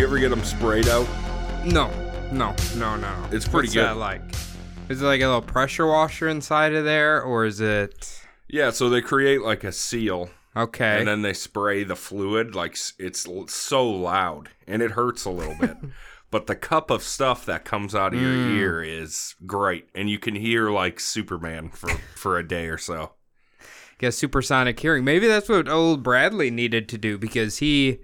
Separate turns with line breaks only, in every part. ever get them sprayed out?
No, no, no, no.
It's pretty
What's
good.
That like, is it like a little pressure washer inside of there, or is it
Yeah, so they create like a seal
okay?
and then they spray the fluid like s- it's l- so loud and it hurts a little bit. But the cup of stuff that comes out of your
Mm.
ear is great and you can hear like Superman for for a day or so.
Get supersonic hearing. Maybe that's what old Bradley needed to do because he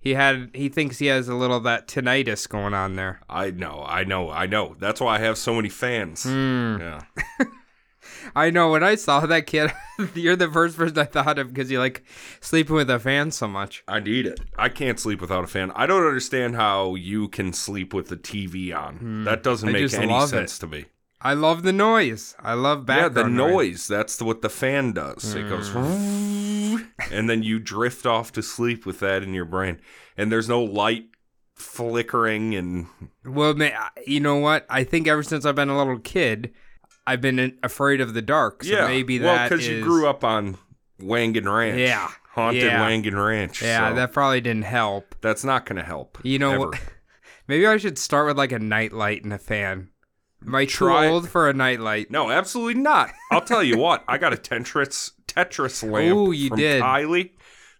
he had he thinks he has a little of that tinnitus going on there.
I know, I know, I know. That's why I have so many fans.
Mm.
Yeah.
Hmm. I know when I saw that kid, you're the first person I thought of because you like sleeping with a fan so much.
I need it. I can't sleep without a fan. I don't understand how you can sleep with the TV on. That doesn't
Mm. I
make
just
any
love
sense to me.
I love the noise. I love
Yeah,
background. Mm.
the noise. That's the- what the fan does. It goes, and then you drift off to sleep with that in your brain. And there's no light flickering, and
Well, ma- you know what? I think ever since I've been a little kid, I've been in- afraid of the dark. So
yeah,
maybe
well,
that
because you
is-
grew up on Wangan Ranch,
Yeah,
haunted
yeah.
Wangan Ranch.
Yeah,
so
that probably didn't help.
that's not going to help.
You know,
ever.
what? maybe I should start with like a nightlight and a fan. Am I too
Try-
old for a nightlight?
No, absolutely not. I'll tell you what. I got a Tetris Tetris lamp.
Ooh, you
from
did.
Kylie.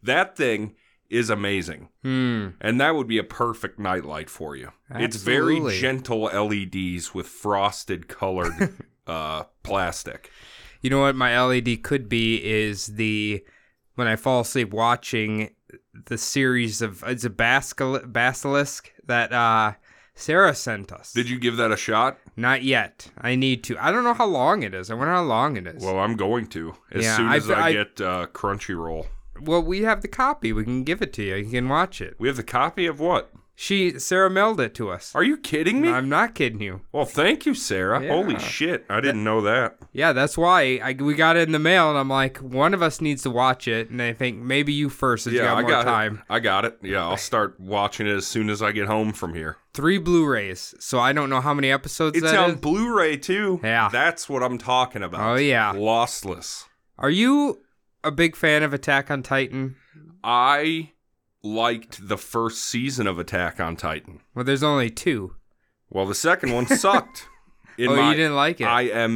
That thing is amazing,
Hmm.
and that would be a perfect nightlight for you. It's
Absolutely.
very gentle LEDs with frosted colored uh, plastic.
You know what my LED could be is the when I fall asleep watching the series of it's a basil- basilisk that uh Sarah sent us.
Did you give that a shot?
Not yet. I need to. I don't know how long it is. I wonder how long it is.
Well, I'm going to as
Yeah,
soon
I-
as I,
I-
get uh, Crunchyroll.
Well, we have the copy. We can give it to you. You can watch it.
We have the copy of what?
She Sarah mailed it to us.
Are you kidding me?
I'm not kidding you.
well, thank you, Sarah.
Yeah.
Holy shit! I didn't know that.
Yeah, that's why I, we got it in the mail, and I'm like, one of us needs to watch it, and I think maybe you first, since you got more time.
it. I got it. Yeah, I'll start watching it as soon as I get home from here.
Three Blu-rays, so I don't know how many episodes
It's
that
on
is.
Blu-ray too.
Yeah.
that's what I'm talking about.
Oh, yeah.
lossless.
Are you a big fan of Attack on Titan?
I liked the first season of Attack on Titan.
Well, there's only two.
Well, the second one sucked. In
oh,
my
you didn't like it.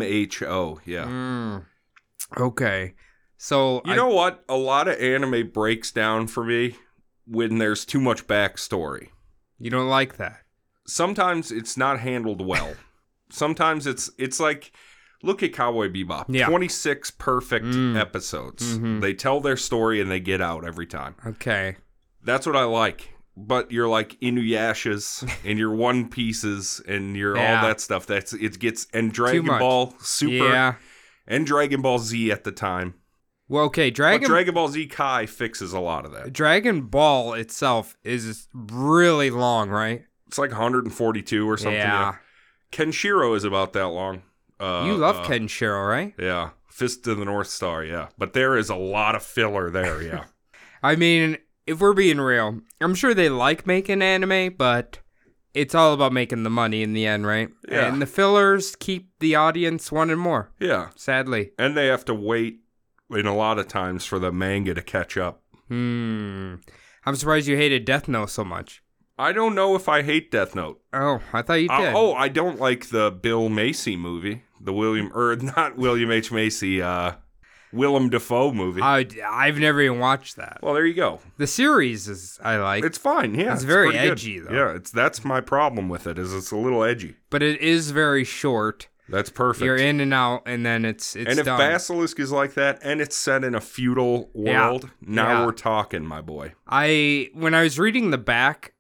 IMHO. Yeah.
Mm. Okay, so
You
I-
know what? A lot of anime breaks down for me when there's too much backstory.
you don't like that.
sometimes it's not handled well. sometimes it's it's like look at Cowboy Bebop.
Yeah.
26 perfect
Mm.
episodes.
Mhm.
They tell their story and they get out every time.
Okay,
That's what I like. But you're like Inuyashas and your One Pieces and your
Yeah.
all that stuff. That's it gets and Dragon
much.
Ball Super
yeah.
and Dragon Ball Z at the time.
Well, okay,
but
Dragon
Dragon Ball Z Kai fixes a lot of that.
Dragon Ball itself is really long, right?
It's like 142 or something.
yeah.
Kenshiro is about that long. Uh,
you love
uh,
Ken Shiro, right?
Yeah. Fist of the North Star, yeah. But there is a lot of filler there, yeah.
I mean, if we're being real, I'm sure they like making anime, but it's all about making the money in the end, right?
Yeah.
And the fillers keep the audience wanting more,
yeah.
sadly.
And they have to wait in a lot of times for the manga to catch up.
Hmm. I'm surprised you hated Death Note so much.
I don't know if I hate Death Note.
Oh, I thought you
I-
did.
oh, I don't like the Bill Macy movie. The William or not William H. Macy, uh Willem Dafoe movie.
I, I've never even watched that.
well, there you go.
The series is I like,
It's fine, yeah.
It's very
pretty good.
edgy, though.
Yeah, it's that's my problem with it, is it's a little edgy.
but it is very short.
That's perfect.
You're in and out, and then it's it's
and if
done.
Basilisk is like that and it's set in a feudal
Yeah.
world, now
Yeah.
we're talking, my boy.
I when I was reading the back,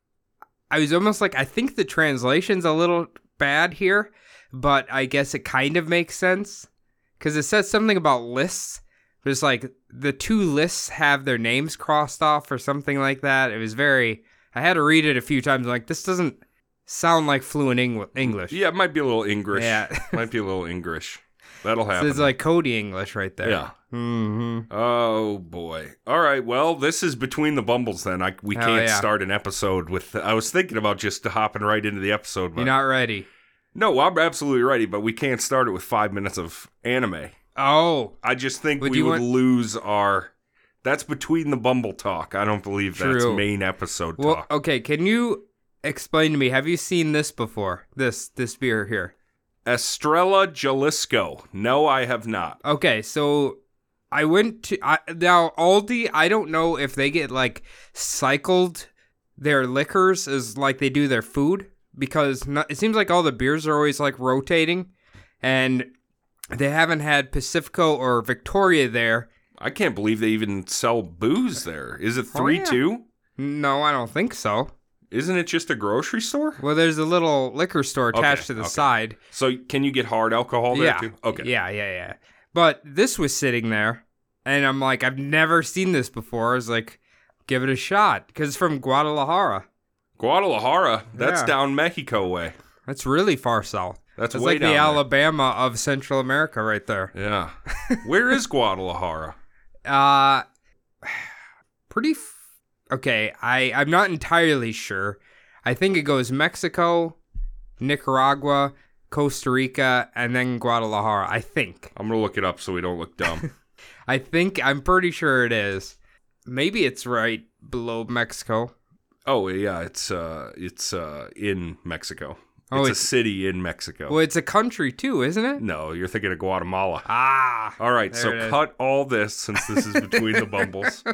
I was almost like I think the translation's a little bad here, but I guess it kind of makes sense because it says something about lists. There's like the two lists have their names crossed off or something like that. It was very. I had to read it a few times. Like this doesn't sound like fluent Eng- English.
Yeah, it might be a little English.
Yeah.
might be a little English. That'll
So
happen.
it's like Cody English right there.
yeah.
hmm
Oh boy. All right. Well, this is between the bumbles. Then I we
Hell
can't
yeah.
start an episode with. I was thinking about just hopping right into the episode, but
You're not ready.
no, I'm absolutely ready. But we can't start it with five minutes of anime.
Oh,
I just think
But do
we
you
would
want-
lose our. That's between the bumble talk. I don't believe that's
True.
main episode
Well,
talk.
okay. Can you explain to me. Have you seen this before? This this beer here.
Estrella Jalisco. No, I have not.
Okay, so I went to I, now Aldi. I don't know if they get like cycled their liquors as like they do their food because no- it seems like all the beers are always like rotating, and they haven't had Pacifico or Victoria there.
I can't believe they even sell booze there. Is it
Oh,
three
yeah.
two?
No, I don't think so.
Isn't it just a grocery store?
Well, there's a little liquor store
Okay,
attached to the
okay.
side.
So can you get hard alcohol there
yeah.
too? Okay.
Yeah, yeah, yeah. But this was sitting there, and I'm like, I've never seen this before. I was like, give it a shot because it's from Guadalajara.
Guadalajara. That's
Yeah.
down Mexico way.
That's really far south.
That's,
That's
way
like
down
the
there.
Alabama of Central America, right there.
Yeah. Where is Guadalajara?
Uh, pretty. F- okay, I I'm not entirely sure. I think it goes Mexico, Nicaragua, Costa Rica, and then Guadalajara. I think.
I'm gonna look it up so we don't look dumb.
I think I'm pretty sure it is. Maybe it's right below Mexico.
oh yeah, it's uh, it's uh, in Mexico.
Oh,
it's,
it's-
a city in Mexico.
Well, it's a country too, isn't it?
No, you're thinking of Guatemala.
Ah.
All right,
There
so
it is.
cut all this since this is between the bumbles.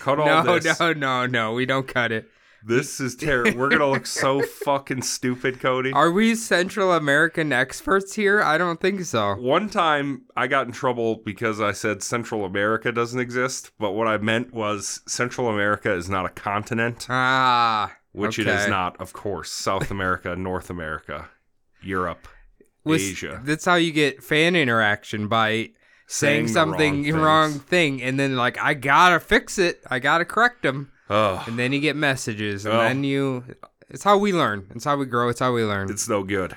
Cut all
no,
this.
no, no, no. We don't cut it.
This is terrible. We're gonna look so fucking stupid, Cody.
Are we Central American experts here? I don't think so.
One time I got in trouble because I said Central America doesn't exist, but what I meant was Central America is not a continent,
Ah.
which it
Okay.
is not, of course. South America, North America, Europe,
Was-
Asia.
That's how you get fan interaction by saying,
Saying the
something
wrong
wrong,
things.
thing and then like I gotta fix it. I gotta correct them.
Oh,
And then you get messages and
Well.
then you it's how we learn. It's how we grow. It's how we learn.
it's no good.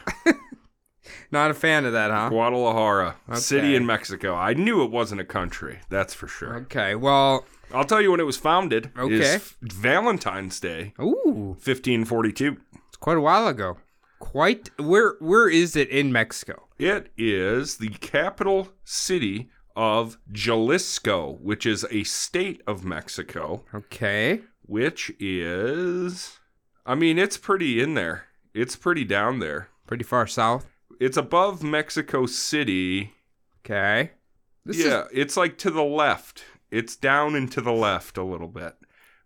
Not a fan of that, huh?
Guadalajara, city
Okay.
in Mexico. I knew it wasn't a country. That's for sure.
Okay, well,
I'll tell you when it was founded.
Okay.
Is f- Valentine's Day,
ooh,
1542.
it's quite a while ago. Quite where where is it in Mexico?
It is the capital city of Jalisco, which is a state of Mexico,
Okay.
which is I mean, it's pretty in there. It's pretty down there.
Pretty far south.
It's above Mexico City.
Okay. This is
yeah, it's like to the left. It's down and to the left a little bit.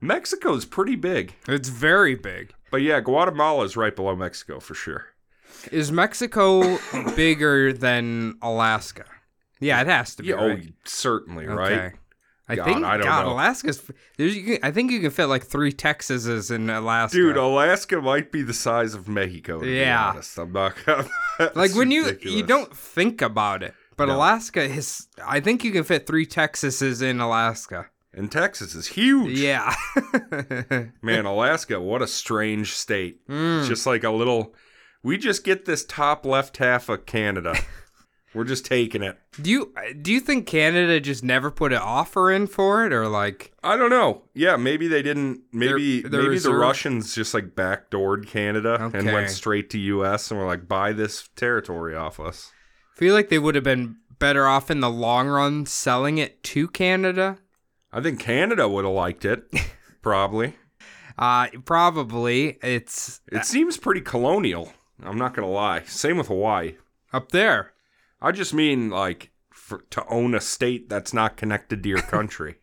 Mexico's pretty big.
it's very big.
But yeah, Guatemala's right below Mexico for sure.
Is Mexico bigger than Alaska? Yeah, it has to be.
Yeah,
right?
oh, certainly, right?
Okay. I
God,
think
I don't
God,
know.
Alaska's there's you can, I think you can fit like 3 Texases in Alaska.
Dude, oh, Alaska might be the size of Mexico. To
Yeah.
be honest. I'm not. That's
like when you you
ridiculous.
don't think about it, but
No.
Alaska is I think you can fit 3 Texases in Alaska.
and Texas is huge.
Yeah.
Man, Alaska, what a strange state.
Mm.
Just like a little. We just get this top left half of Canada. We're just taking it.
Do you do you think Canada just never put an offer in for it, or like
I don't know. Yeah, maybe they didn't. Maybe
Their- their
maybe the
reserve-
Russians just like backdoored Canada and
Okay.
went straight to U.S. and were like, buy this territory off us.
feel like they would have been better off in the long run selling it to Canada?
I think Canada would have liked it, probably.
Uh probably it's
It seems pretty colonial. I'm not gonna lie. Same with Hawaii.
up there.
I just mean like for, to own a state that's not connected to your country.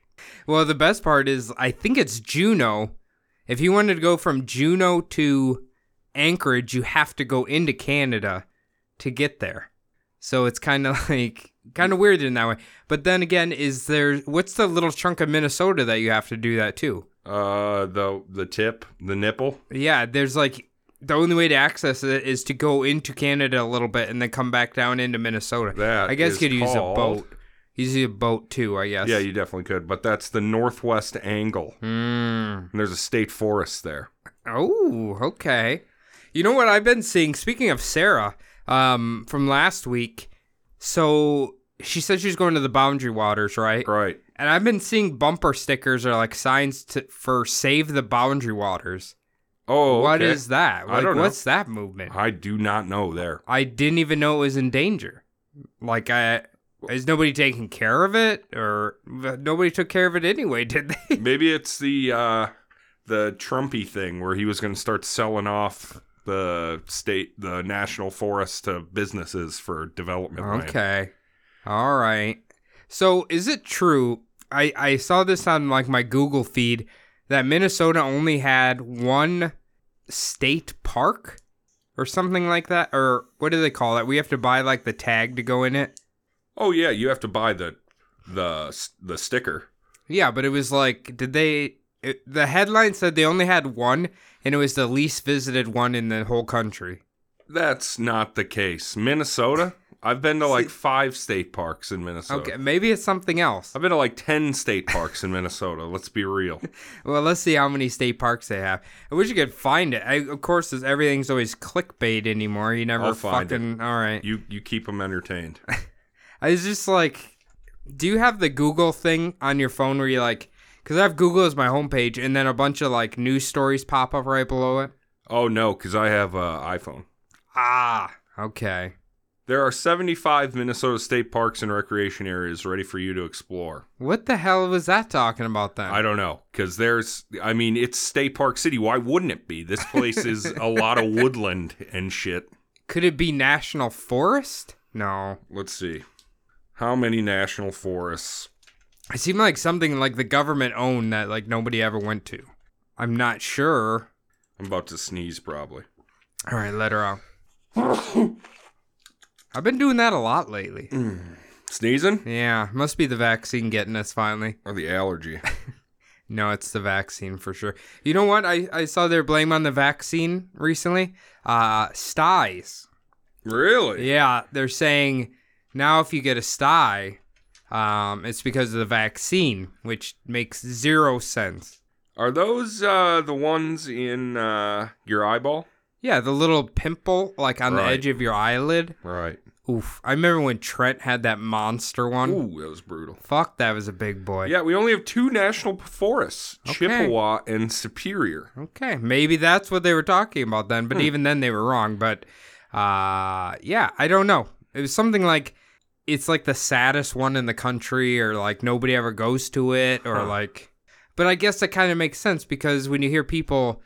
Well, the best part is I think it's Juneau. If you wanted to go from Juneau to Anchorage, you have to go into Canada to get there. So it's kind of like kind of weird in that way. But then again, is there what's the little chunk of Minnesota that you have to do that too?
uh, the the tip, the nipple.
Yeah, there's like the only way to access it is to go into Canada a little bit and then come back down into Minnesota.
That
I guess
is
you could use a
called-
boat. Use a boat too, I guess.
Yeah, you definitely could. But that's the northwest angle,
Mm.
and there's a state forest there.
Oh, okay. You know what I've been seeing? Speaking of Sarah, um, from last week, so she said she's going to the Boundary Waters, right?
Right.
And I've been seeing bumper stickers or like signs to, for "Save the Boundary Waters."
Oh,
What
okay.
is that?
I
Like,
don't know.
what's that movement?
I do not know there.
I didn't even know it was in danger. Like I is nobody taking care of it or nobody took care of it anyway, did they?
Maybe it's the uh, the Trumpy thing where he was going to start selling off the state, the national forest to businesses for development. land.
Okay. All right. So is it true? I, I saw this on like my Google feed that Minnesota only had one state park or something like that. Or what do they call it? We have to buy like the tag to go in it.
Oh yeah, you have to buy the the the sticker.
Yeah, but it was like, did they? It, the headline said they only had one, and it was the least visited one in the whole country.
That's not the case. Minnesota. I've been to like five state parks in Minnesota.
Okay, maybe it's something else.
I've been to like 10 state parks in Minnesota. Let's be real.
Well, let's see how many state parks they have. I wish you could find it. I, of course, there's- everything's always clickbait anymore. You never
I'll find it.
fucking. All right.
You you keep them entertained.
I was just like, do you have the Google thing on your phone where you like, because I have Google as my homepage, and then a bunch of like news stories pop up right below it.
Oh no, cuz I have an iPhone.
Ah, okay.
There are 75 Minnesota state parks and recreation areas ready for you to explore.
What the hell was that talking about then?
I don't know cuz there's I mean, it's state park city. Why wouldn't it be? This place is a lot of woodland and shit.
Could it be National Forest? No.
Let's see. How many national forests?
It seemed like something like the government owned that like nobody ever went to. I'm not sure.
I'm about to sneeze probably.
All right, let her out. I've been doing that a lot lately.
Sneezing?
Yeah, must be the vaccine getting us finally.
Or the allergy?
No, it's the vaccine for sure. You know what? I, I saw their blame on the vaccine recently. Uh, styes.
really?
Yeah, they're saying now if you get a sty, um, it's because of the vaccine, which makes zero sense.
Are those uh, the ones in uh, your eyeball?
Yeah, the little pimple like on the
Right.
edge of your eyelid.
Right.
Oof. I remember when Trent had that monster one.
Ooh, that was brutal.
Fuck, that was a big boy.
Yeah, we only have two national forests Chippewa and Superior.
Okay, maybe that's what they were talking about then,
Hmm.
but even then they were wrong. But uh, yeah, I don't know. It was something like it's like the saddest one in the country, or like nobody ever goes to it, or
Huh.
like. But I guess that kind of makes sense because when you hear people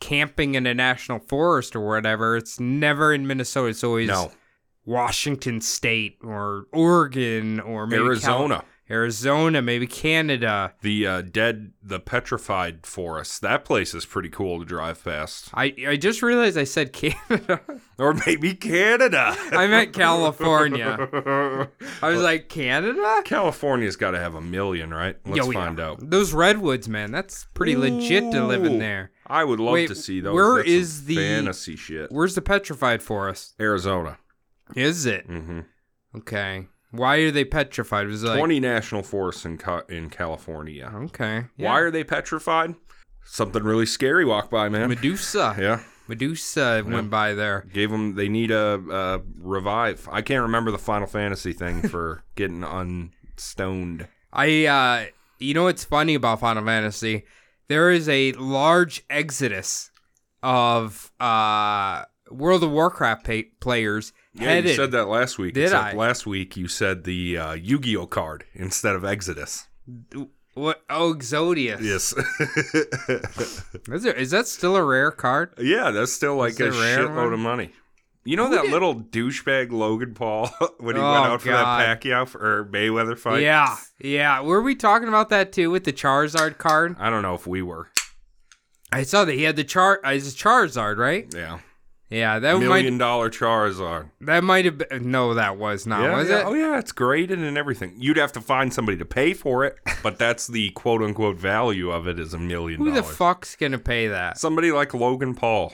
camping in a national forest or whatever, it's never in Minnesota. It's always
No,
Washington State or Oregon or maybe Cal-
Arizona.
Arizona, maybe Canada.
the uh, dead, the petrified forest. That place is pretty cool to drive past.
I, I just realized I said Canada.
Or maybe Canada.
I meant California. I was like, Canada?
California's got to have a million, right? Let's
Yo, yeah.
find out.
Those redwoods, man, that's pretty legit to live in
Ooh.
there.
I would love
Wait,
to see those.
where
That's some
is the-
fantasy shit?
Where's the petrified forest?
Arizona.
Is it?
hmm
Okay. Why are they petrified? Was it like, Uh-huh.
Twenty national forests in Ca- in California.
okay.
Why are they petrified? Something really scary walked by, man.
Medusa.
yeah,
Medusa went by there.
gave them. They need a, a revive. I can't remember the Final Fantasy thing for getting unstoned.
I, uh, you know what's funny about Final Fantasy? There is a large exodus of, uh, World of Warcraft pa- players
Yeah,
headed.
you said that last week.
Did
except
I?
Last week you said the uh, Yu-Gi-Oh card instead of Exodus.
What? Oh, Exodius.
Yes.
Is, there, is that still a rare card?
yeah, that's still like a
it a rare
shitload
one?
of money. You know
Who
that
did-
little douchebag Logan Paul when he
Oh,
went out for
God.
that Pacquiao f- or Mayweather fight?
Yeah, yeah. Were we talking about that too with the Charizard card?
I don't know if we were.
I saw that he had the Char. Uh, it's Charizard, right?
Yeah.
Yeah, that might
Million dollar Charizard.
that might have been. No, that was not.
Yeah,
was
yeah.
it?
Oh yeah, it's graded and everything. You'd have to find somebody to pay for it, but that's the quote unquote value of it is a million
Who the
dollars.
fuck's gonna pay that?
somebody like Logan Paul.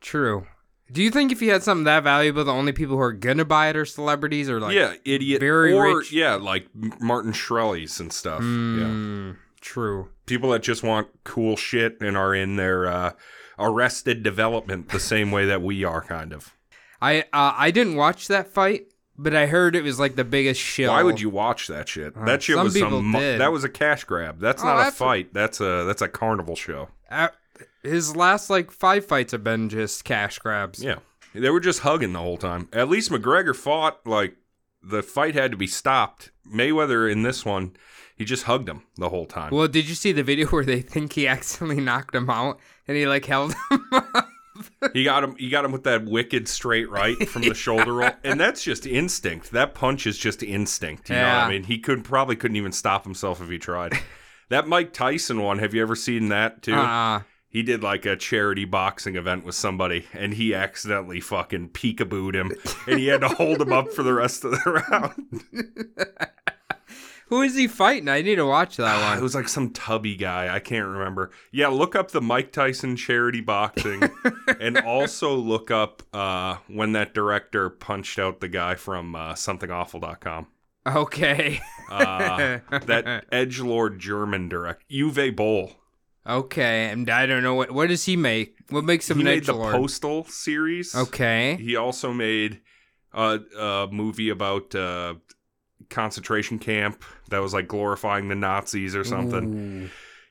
True. Do you think if you had something that valuable, the only people who are gonna buy it are celebrities or like?
yeah, idiot.
very
or
rich-
yeah, like M- Martin Shkreli's and stuff. Yeah.
Mm, True.
People that just want cool shit and are in their uh, arrested development the same way that we are kind of.
I uh, I didn't watch that fight, but I heard it was like the biggest shill.
Why would you watch that shit? that shit
uh, some
was
people
some mo-
did.
that was a cash grab. That's
Oh,
not a
that's a-
fight. That's a that's a carnival show.
At, his last like five fights have been just cash grabs.
Yeah. They were just hugging the whole time. At least McGregor fought like the fight had to be stopped. Mayweather in this one, He just hugged him the whole time.
Well, did you see the video where they think he accidentally knocked him out and he like held him up?
He got him. He got him with that wicked straight right from the shoulder roll, and that's just instinct. That punch is just instinct. You know what
Yeah.
I mean? He could probably couldn't even stop himself if he tried. that Mike Tyson one. Have you ever seen that too?
Uh,
he did like a charity boxing event with somebody, and he accidentally fucking peekabooed him, and he had to hold him up for the rest of the round.
who is he fighting? I need to watch that
it
one.
was like some tubby guy. I can't remember. Yeah, look up the Mike Tyson charity boxing, and also look up uh, when that director punched out the guy from uh, somethingawful.com.
Okay.
Uh, that edge lord German direct Uwe Boll.
okay. And I don't know what what does he make? What makes him
he
an
made the
edgelord?
Postal series.
Okay.
He also made a, a movie about uh, concentration camp that was like glorifying the Nazis or something.
Ooh.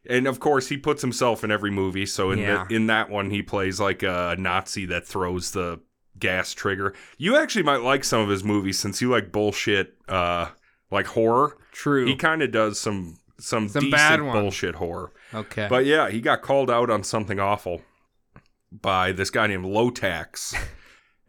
And of course, he puts himself in every movie. So in
Yeah.
the, in that one, he plays like a Nazi that throws the gas trigger. You actually might like some of his movies since you like bullshit, uh, like horror.
True.
He kind of does some some,
Some
decent
bad ones.
bullshit horror.
okay.
But yeah, he got called out on something awful by this guy named Lotax.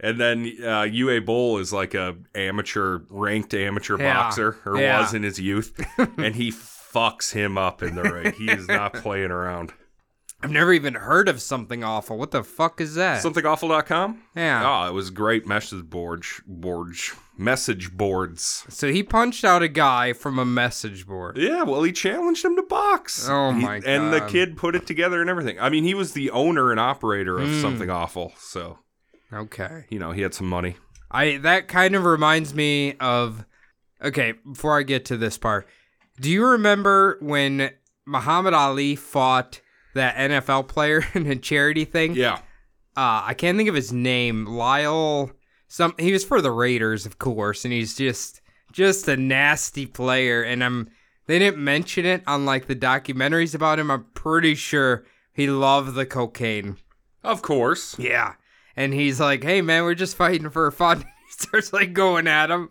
And then uh, UA Bull is like a amateur, ranked amateur
Yeah.
boxer, or
Yeah.
was in his youth, and he fucks him up in the ring. He is not playing around.
I've never even heard of something awful. What the fuck is that?
Somethingawful.com?
yeah.
Oh, it was great message boards, boards, message boards.
So he punched out a guy from a message board.
Yeah, well, he challenged him to box.
Oh
He-
my
And the
God.
kid put it together and everything. I mean, he was the owner and operator of
Hmm.
Something Awful, so
Okay.
you know he had some money.
I that kind of reminds me of okay, before I get to this part, do you remember when Muhammad Ali fought that NFL player in a charity thing?
Yeah.
Uh I can't think of his name. Lyle some he was for the Raiders, of course, and he's just just a nasty player and I'm they didn't mention it on like the documentaries about him. I'm pretty sure he loved the cocaine.
Of course.
Yeah. And he's like, hey, man, we're just fighting for fun. he starts like going at him.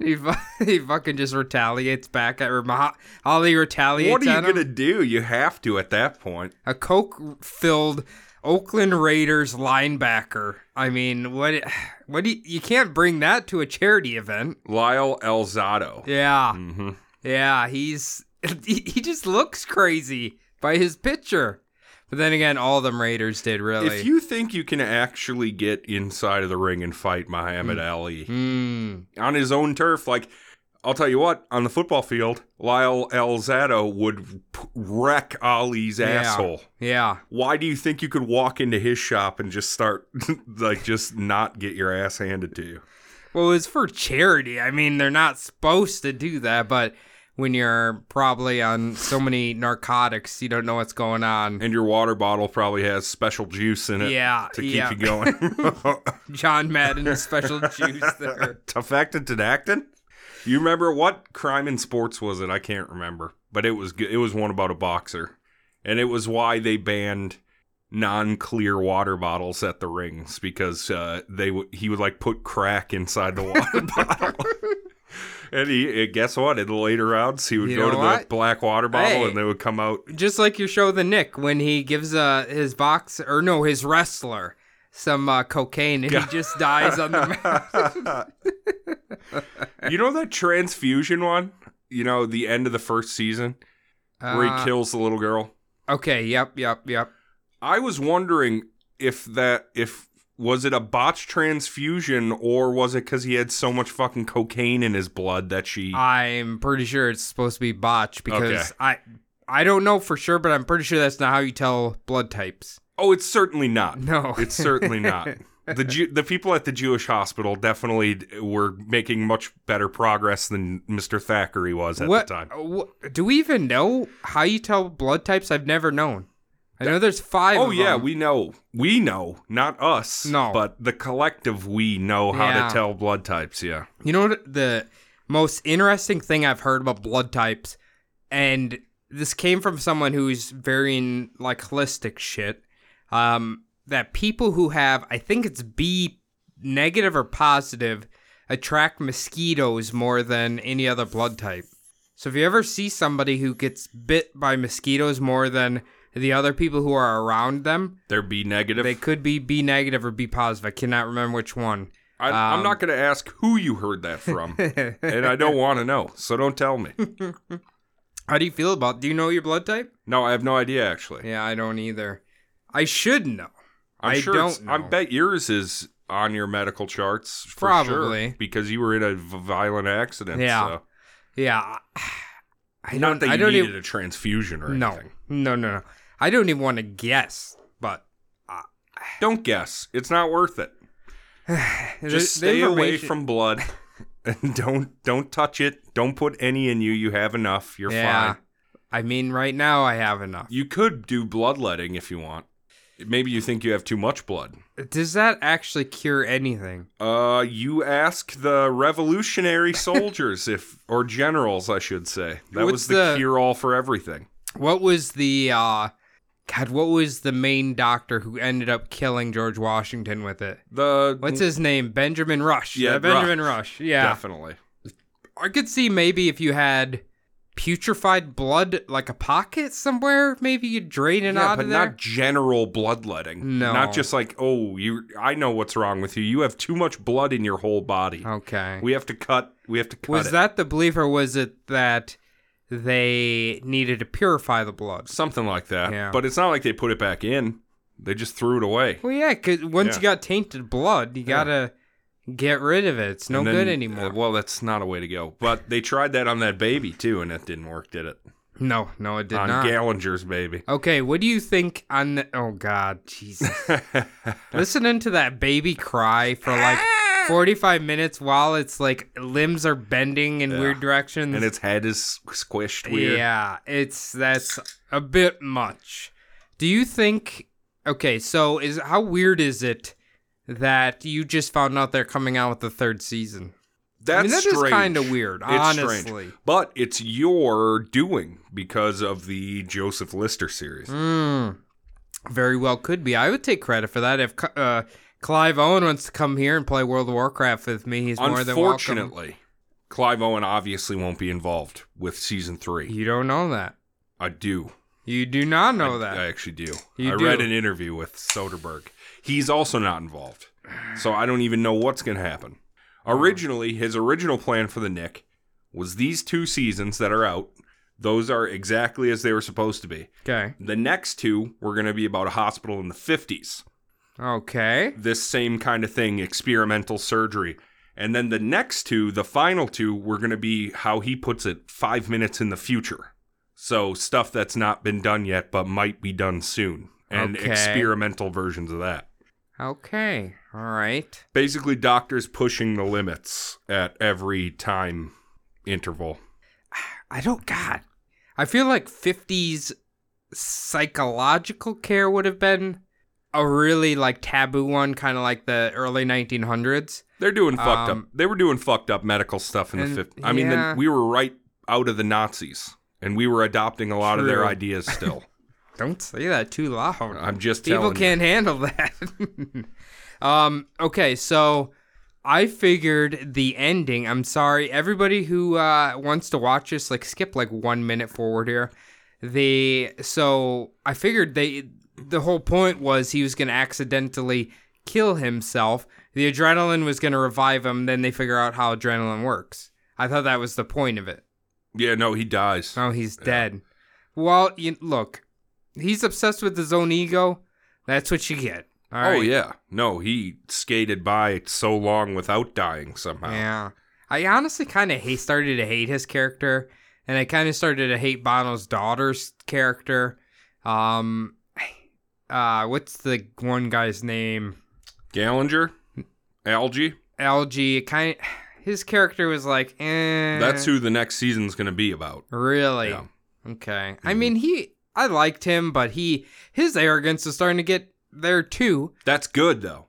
And he, fu- he fucking just retaliates back at or Mah- Ali retaliates
What are you
at him.
going to do? You have to at that point.
A coke filled Oakland Raiders linebacker. I mean, what what do you, you can't bring that to a charity event.
Lyle Elzado.
Yeah. Mm-hmm.
hmm
Yeah, he's he, he just looks crazy by his picture. But then again, all them Raiders did really.
If you think you can actually get inside of the ring and fight Muhammad
Hmm.
Ali
Mm.
on his own turf, like, I'll tell you what, on the football field, Lyle Elzado would p- wreck Ali's
Yeah.
asshole.
Yeah.
Why do you think you could walk into his shop and just start, like, just not get your ass handed to you?
Well, it's for charity. I mean, they're not supposed to do that, but when you're probably on so many narcotics, you don't know what's going on.
And your water bottle probably has special juice in it
Yeah,
to keep
yeah.
you going.
John Madden special juice there.
Tefectin Tenactin? You remember what crime in sports was it? I can't remember, but it was good. It was one about a boxer, and it was why they banned non-clear water bottles at the rings because uh, they w- he would like put crack inside the water bottle. And he, and guess what? In the later rounds, he would
You
go
know
to the
what?
black water bottle,
Hey.
and they would come out.
Just like your show, The Nick, when he gives uh, his box or no, his wrestler some uh, cocaine and he just dies on the mat.
You know that transfusion one? You know the end of the first season where he
Uh,
kills the little girl.
Okay, yep, yep, yep.
I was wondering if that if was it a botched transfusion or was it because he had so much fucking cocaine in his blood that she
I'm pretty sure it's supposed to be botch because
Okay.
I I don't know for sure, but I'm pretty sure that's not how you tell blood types.
oh it's certainly not
No.
it's certainly not the Jew, the people at the Jewish hospital definitely d- were making much better progress than Mr Thackeray was at
what,
the time
wh- do we even know how you tell blood types? I've never known. I know there's five.
oh
of
yeah
them.
we know we know not us
No.
but the collective we know how
Yeah.
to tell blood types yeah
You know what the most interesting thing I've heard about blood types, and this came from someone who's very in like holistic shit. Um, that people who have, I think it's B negative or positive, attract mosquitoes more than any other blood type. So if you ever see somebody who gets bit by mosquitoes more than the other people who are around them,
They're B negative.
they could be B negative or B positive. I cannot remember which one.
I, I'm
um,
not going to ask who you heard that from, and I don't want to know. So don't tell me.
How do you feel about? Do you know your blood type?
No, I have no idea. Actually,
Yeah, I don't either. I should know.
I'm
I
sure.
don't
it's- I
know.
bet yours is on your medical charts. For
Probably.
sure, because you were in a v- violent accident.
Yeah.
So.
Yeah. I
Not that you
I don't
needed
even,
a transfusion or
no,
anything.
no, no, no. I don't even want to guess, but
Don't guess. It's not worth it.
the- the
Just stay away
information-
from blood. And don't don't touch it. Don't put any in you. You have enough. You're
Yeah.
fine.
I mean, right now I have enough.
You could do bloodletting if you want. Maybe you think you have too much blood.
Does that actually cure anything?
Uh, you ask the revolutionary soldiers if, or generals, I should say. That
What's
was the,
the-
cure all for everything.
What was the uh God, what was the main doctor who ended up killing George Washington with it?
The mm,
What's his name? Benjamin Rush. Uh,
Yeah,
Benjamin Rush. Yeah.
definitely.
I could see maybe if you had putrefied blood like a pocket somewhere, maybe you drain it
yeah,
out
but
of there.
not general bloodletting.
No.
not just like oh, you. I know what's wrong with you. You have too much blood in your whole body.
Okay.
We have to cut. We have to cut
was
it.
that the belief or was it that they needed to purify the blood?
something like that.
Yeah.
But it's not like they put it back in. They just threw it away.
Well, yeah, because once
Yeah.
you got tainted blood, you gotta get rid of it. It's no
And then-
good anymore.
uh, well, that's not a way to go. But they tried that on that baby too, and it didn't work, did it?
no, no, it did
on
not.
Gallinger's baby.
okay, what do you think on the? Oh God, Jesus! Listening to that baby cry for like forty-five minutes while it's like limbs are bending in
Yeah.
weird directions.
and its head is squished weird.
Yeah, it's that's a bit much. Do you think okay, so is how weird is it that you just found out they're coming out with the third season?
That's
I mean that
strange.
kind of weird,
It's strange.
honestly.
But it's your doing because of the Joseph Lister series.
Mm, very well could be. I would take credit for that if uh, Clive Owen wants to come here and play World of Warcraft with me. He's more than welcome.
Unfortunately, Clive Owen obviously won't be involved with season three.
You don't know that.
I do.
You do not know
I,
that.
I actually do.
You
I read
do.
an interview with Soderbergh. He's also not involved. So I don't even know what's going to happen.
Oh.
Originally, his original plan for the Nick was these two seasons that are out. Those are exactly as they were supposed to be.
okay.
The next two were going to be about a hospital in the 50s.
Okay.
This same kind of thing, experimental surgery. And then the next two, the final two, were going to be how he puts it, five minutes in the future. So stuff that's not been done yet, but might be done soon, and
Okay.
experimental versions of that.
Okay. All right.
Basically, doctors pushing the limits at every time interval.
I don't. God, I feel like '50s psychological care would have been a really like taboo one, kind of like the early 1900s.
They're doing fucked
Um,
up. They were doing fucked up medical stuff in
and-
the 50s. I mean,
yeah.
the, we were right out of the Nazis, and we were adopting a lot of their
True.
ideas still.
Don't say that too loud.
I'm just
People
telling
can't handle that. um. Okay, so. I figured the ending. I'm sorry, everybody who uh, wants to watch this, like skip like one minute forward here. They so I figured they the whole point was he was gonna accidentally kill himself. The adrenaline was gonna revive him. Then they figure out how adrenaline works. I thought that was the point of it.
you. Yeah, no, he dies.
Oh, he's dead. Well, you, look, he's obsessed with his own ego. That's what you get. All
oh,
right?
yeah. No, he skated by so long without dying somehow.
Yeah. I honestly kind of hate started to hate his character, and I kind of started to hate Bono's daughter's character. Um, uh, what's the one guy's name?
Gallinger? Algie?
LG. Kind his character was like, eh.
That's who the next season's going to be about.
really
Yeah. Mm-hmm.
okay. I mean, he. I liked him, but he his arrogance is starting to get there too.
That's good, though.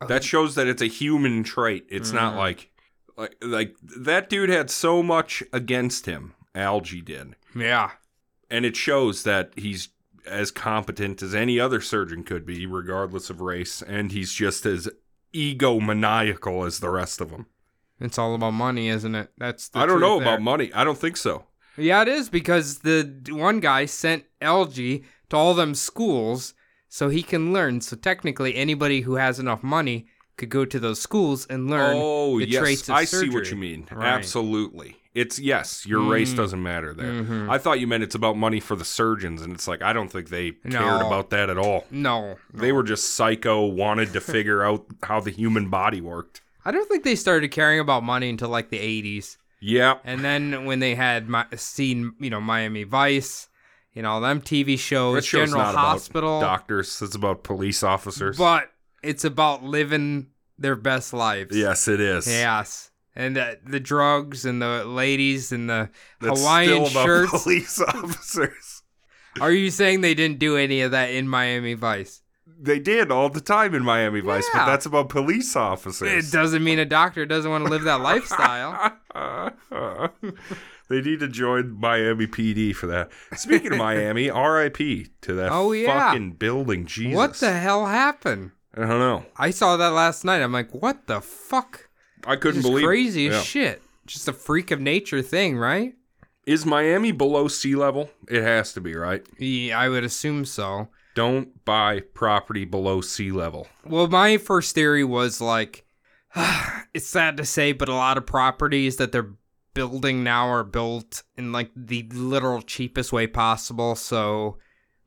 Oh.
That shows that it's a human trait. It's not
Mm.
like, like, like that dude had so much against him. Algie did.
Yeah.
and it shows that he's as competent as any other surgeon could be, regardless of race, and he's just as egomaniacal as the rest of them.
It's all about money, isn't it? That's the
I don't
truth
know
there.
about money. I don't think so.
Yeah, it is because the d- one guy sent LG to all them schools so he can learn. So technically, anybody who has enough money could go to those schools and learn.
oh
the
yes,
traits of
I see what
surgery.
you mean.
Right.
Absolutely, it's yes. Your race
Mm.
doesn't matter there.
Mhm.
I thought you meant it's about money for the surgeons, and it's like I don't think they cared
No.
about that at all.
no,
They were just psycho, wanted to figure out how the human body worked.
I don't think they started caring about money until like the '80s,
Yeah,
and then when they had my, seen you know Miami Vice, you know them TV shows,
that show's
General
not
Hospital,
about doctors. It's about police officers.
but it's about living their best lives.
yes, it is.
Yes. And the, the drugs and the ladies and the
That's still
Hawaiian
about
shirts.
police officers.
Are you saying they didn't do any of that in Miami Vice?
They did all the time in Miami Vice,
Yeah.
but that's about police officers.
It doesn't mean a doctor doesn't want to live that lifestyle.
they need to join Miami PD for that. Speaking of Miami, RIP to that
Oh, yeah.
fucking building. Jesus.
What the hell happened?
I don't know.
I saw that last night. I'm like, what the fuck?
I
This
couldn't
is
believe
crazy
Yeah.
as shit. Just a freak of nature thing, right?
Is Miami below sea level? It has to be, right?
Yeah, I would assume so.
Don't buy property below sea level.
Well, my first theory was like, it's sad to say, but a lot of properties that they're building now are built in like the literal cheapest way possible. So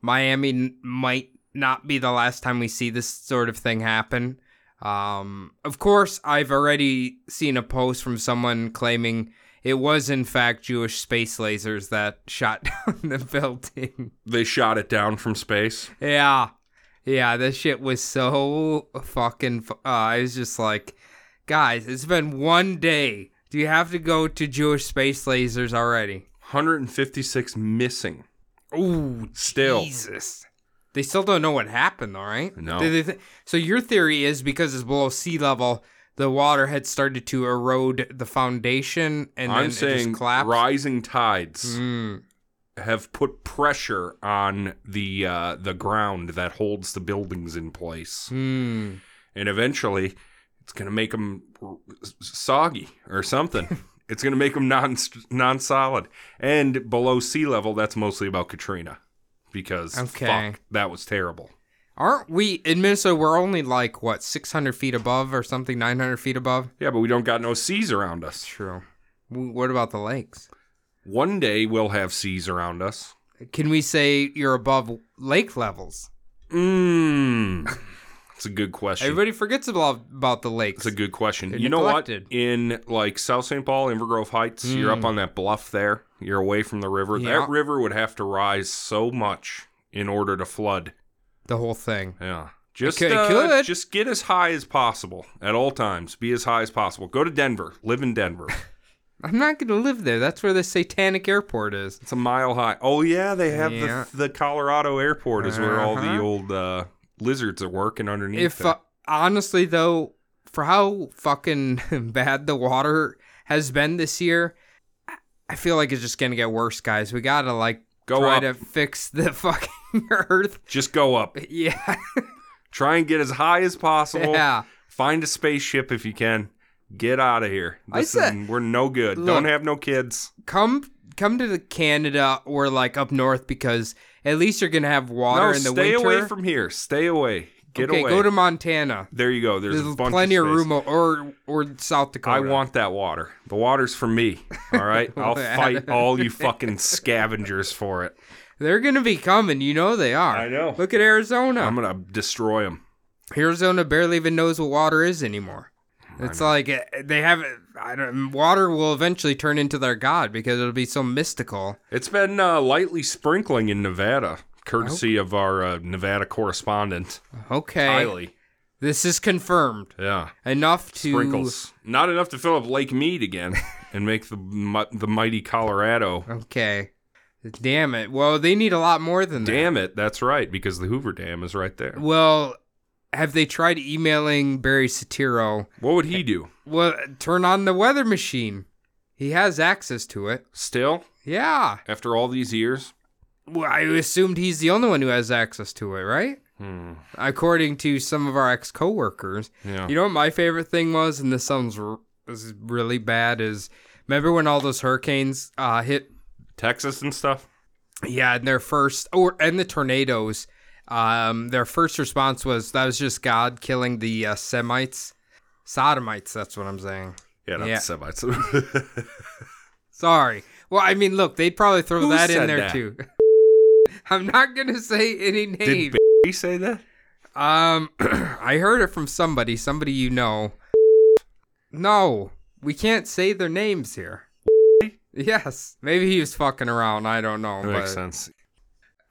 Miami n- might not be the last time we see this sort of thing happen. Um, of course, I've already seen a post from someone claiming it was in fact Jewish space lasers that shot down the building.
They shot it down from space.
Yeah. Yeah, this shit was so fucking. Fu- uh, I was just like, guys, it's been one day. Do you have to go to Jewish space lasers already?
156 missing.
Ooh,
Still.
Jesus. They still don't know what happened, though, right?
No.
They- they thi- so your theory is because it's below sea level, the water had started to erode the foundation, and then
I'm
it just
saying
collapsed.
rising tides
Mm.
have put pressure on the uh, the ground that holds the buildings in place,
Hmm.
and eventually, it's gonna make them soggy or something. it's gonna make them non non solid. And below sea level, that's mostly about Katrina, because
Okay.
fuck, that was terrible.
Aren't we in Minnesota? We're only like what six hundred feet above or something, nine hundred feet above.
Yeah, but we don't got no seas around us.
True. W- What about the lakes?
One day we'll have seas around us.
Can we say you're above lake levels?
Mmm. That's a good question.
Everybody forgets about, about the lakes.
That's a good question.
They're
you know
neglected. Hmm.
what? In like South St. Paul, Invergrove Heights, you're up on that bluff there. You're away from the river.
Yeah.
That river would have to rise so much in order to flood.
the whole thing.
Yeah. Just,
cou- it
uh,
could.
just get as high as possible at all times. Be as high as possible. Go to Denver. Live in Denver.
I'm not going to live there. That's where the satanic airport is.
It's a mile high. Oh yeah, they have
Yeah.
the the Colorado airport is where all the
Uh-huh.
old uh, lizards are working underneath.
If
there.
uh, honestly though, for how fucking bad the water has been this year, I- I feel like it's just going to get worse, guys. We got to like
go
try
up,
to fix the fucking earth.
just go up.
Yeah.
Try and get as high as possible.
yeah.
Find a spaceship if you can. Get out of here.
I
This
said-
is, we're no good.
Look.
Don't have no kids.
come come to the Canada or like up north because at least you're gonna have
no,
water in the
stay
winter.
away from here. Stay away. Get
okay,
away.
go to Montana.
there you go. There's,
There's,
a bunch
plenty of,
space.
room o- or or South Dakota.
I want that water. The water's for me. All right, I'll fight all you fucking scavengers for it.
They're gonna be coming. You know they are.
I know.
Look at Arizona.
I'm gonna destroy them.
Arizona barely even knows what water is anymore. It's like eh, they have. I don't. Water will eventually turn into their god because it'll be so mystical.
It's been uh, lightly sprinkling in Nevada, courtesy
Oh.
of our uh, Nevada correspondent,
Okay,
Kylie.
this is confirmed
Yeah,
enough to
sprinkles. Not enough to fill up Lake Mead again and make the mi- the mighty Colorado.
Oh, Okay, damn it. Well, they need a lot more than that.
Damn it, that's right, because the Hoover Dam is right there.
Well, have they tried emailing Barry Satiro?
What would he do?
Well, turn on the weather machine. He has access to it.
Still,
Yeah.
after all these years?
Well, I assumed he's the only one who has access to it, right?
Hmm.
According to some of our ex coworkers.
Yeah.
You know what my favorite thing was, and this sounds r- this is really bad, is remember when all those hurricanes uh, hit
Texas and stuff.
Yeah, and their first or and the tornadoes. Um, their first response was that was just God killing the uh, Semites, sodomites. That's what I'm saying.
Yeah, not
Yeah.
Semites.
Sorry. Well, I mean, look, they'd probably throw
Who
that in
said
there
that?
too. I'm not gonna say any
Did
name.
he say that?
um, I heard it from somebody, somebody you know. No, we can't say their names here. Yes, maybe he was fucking around. I don't know.
That makes
but
sense.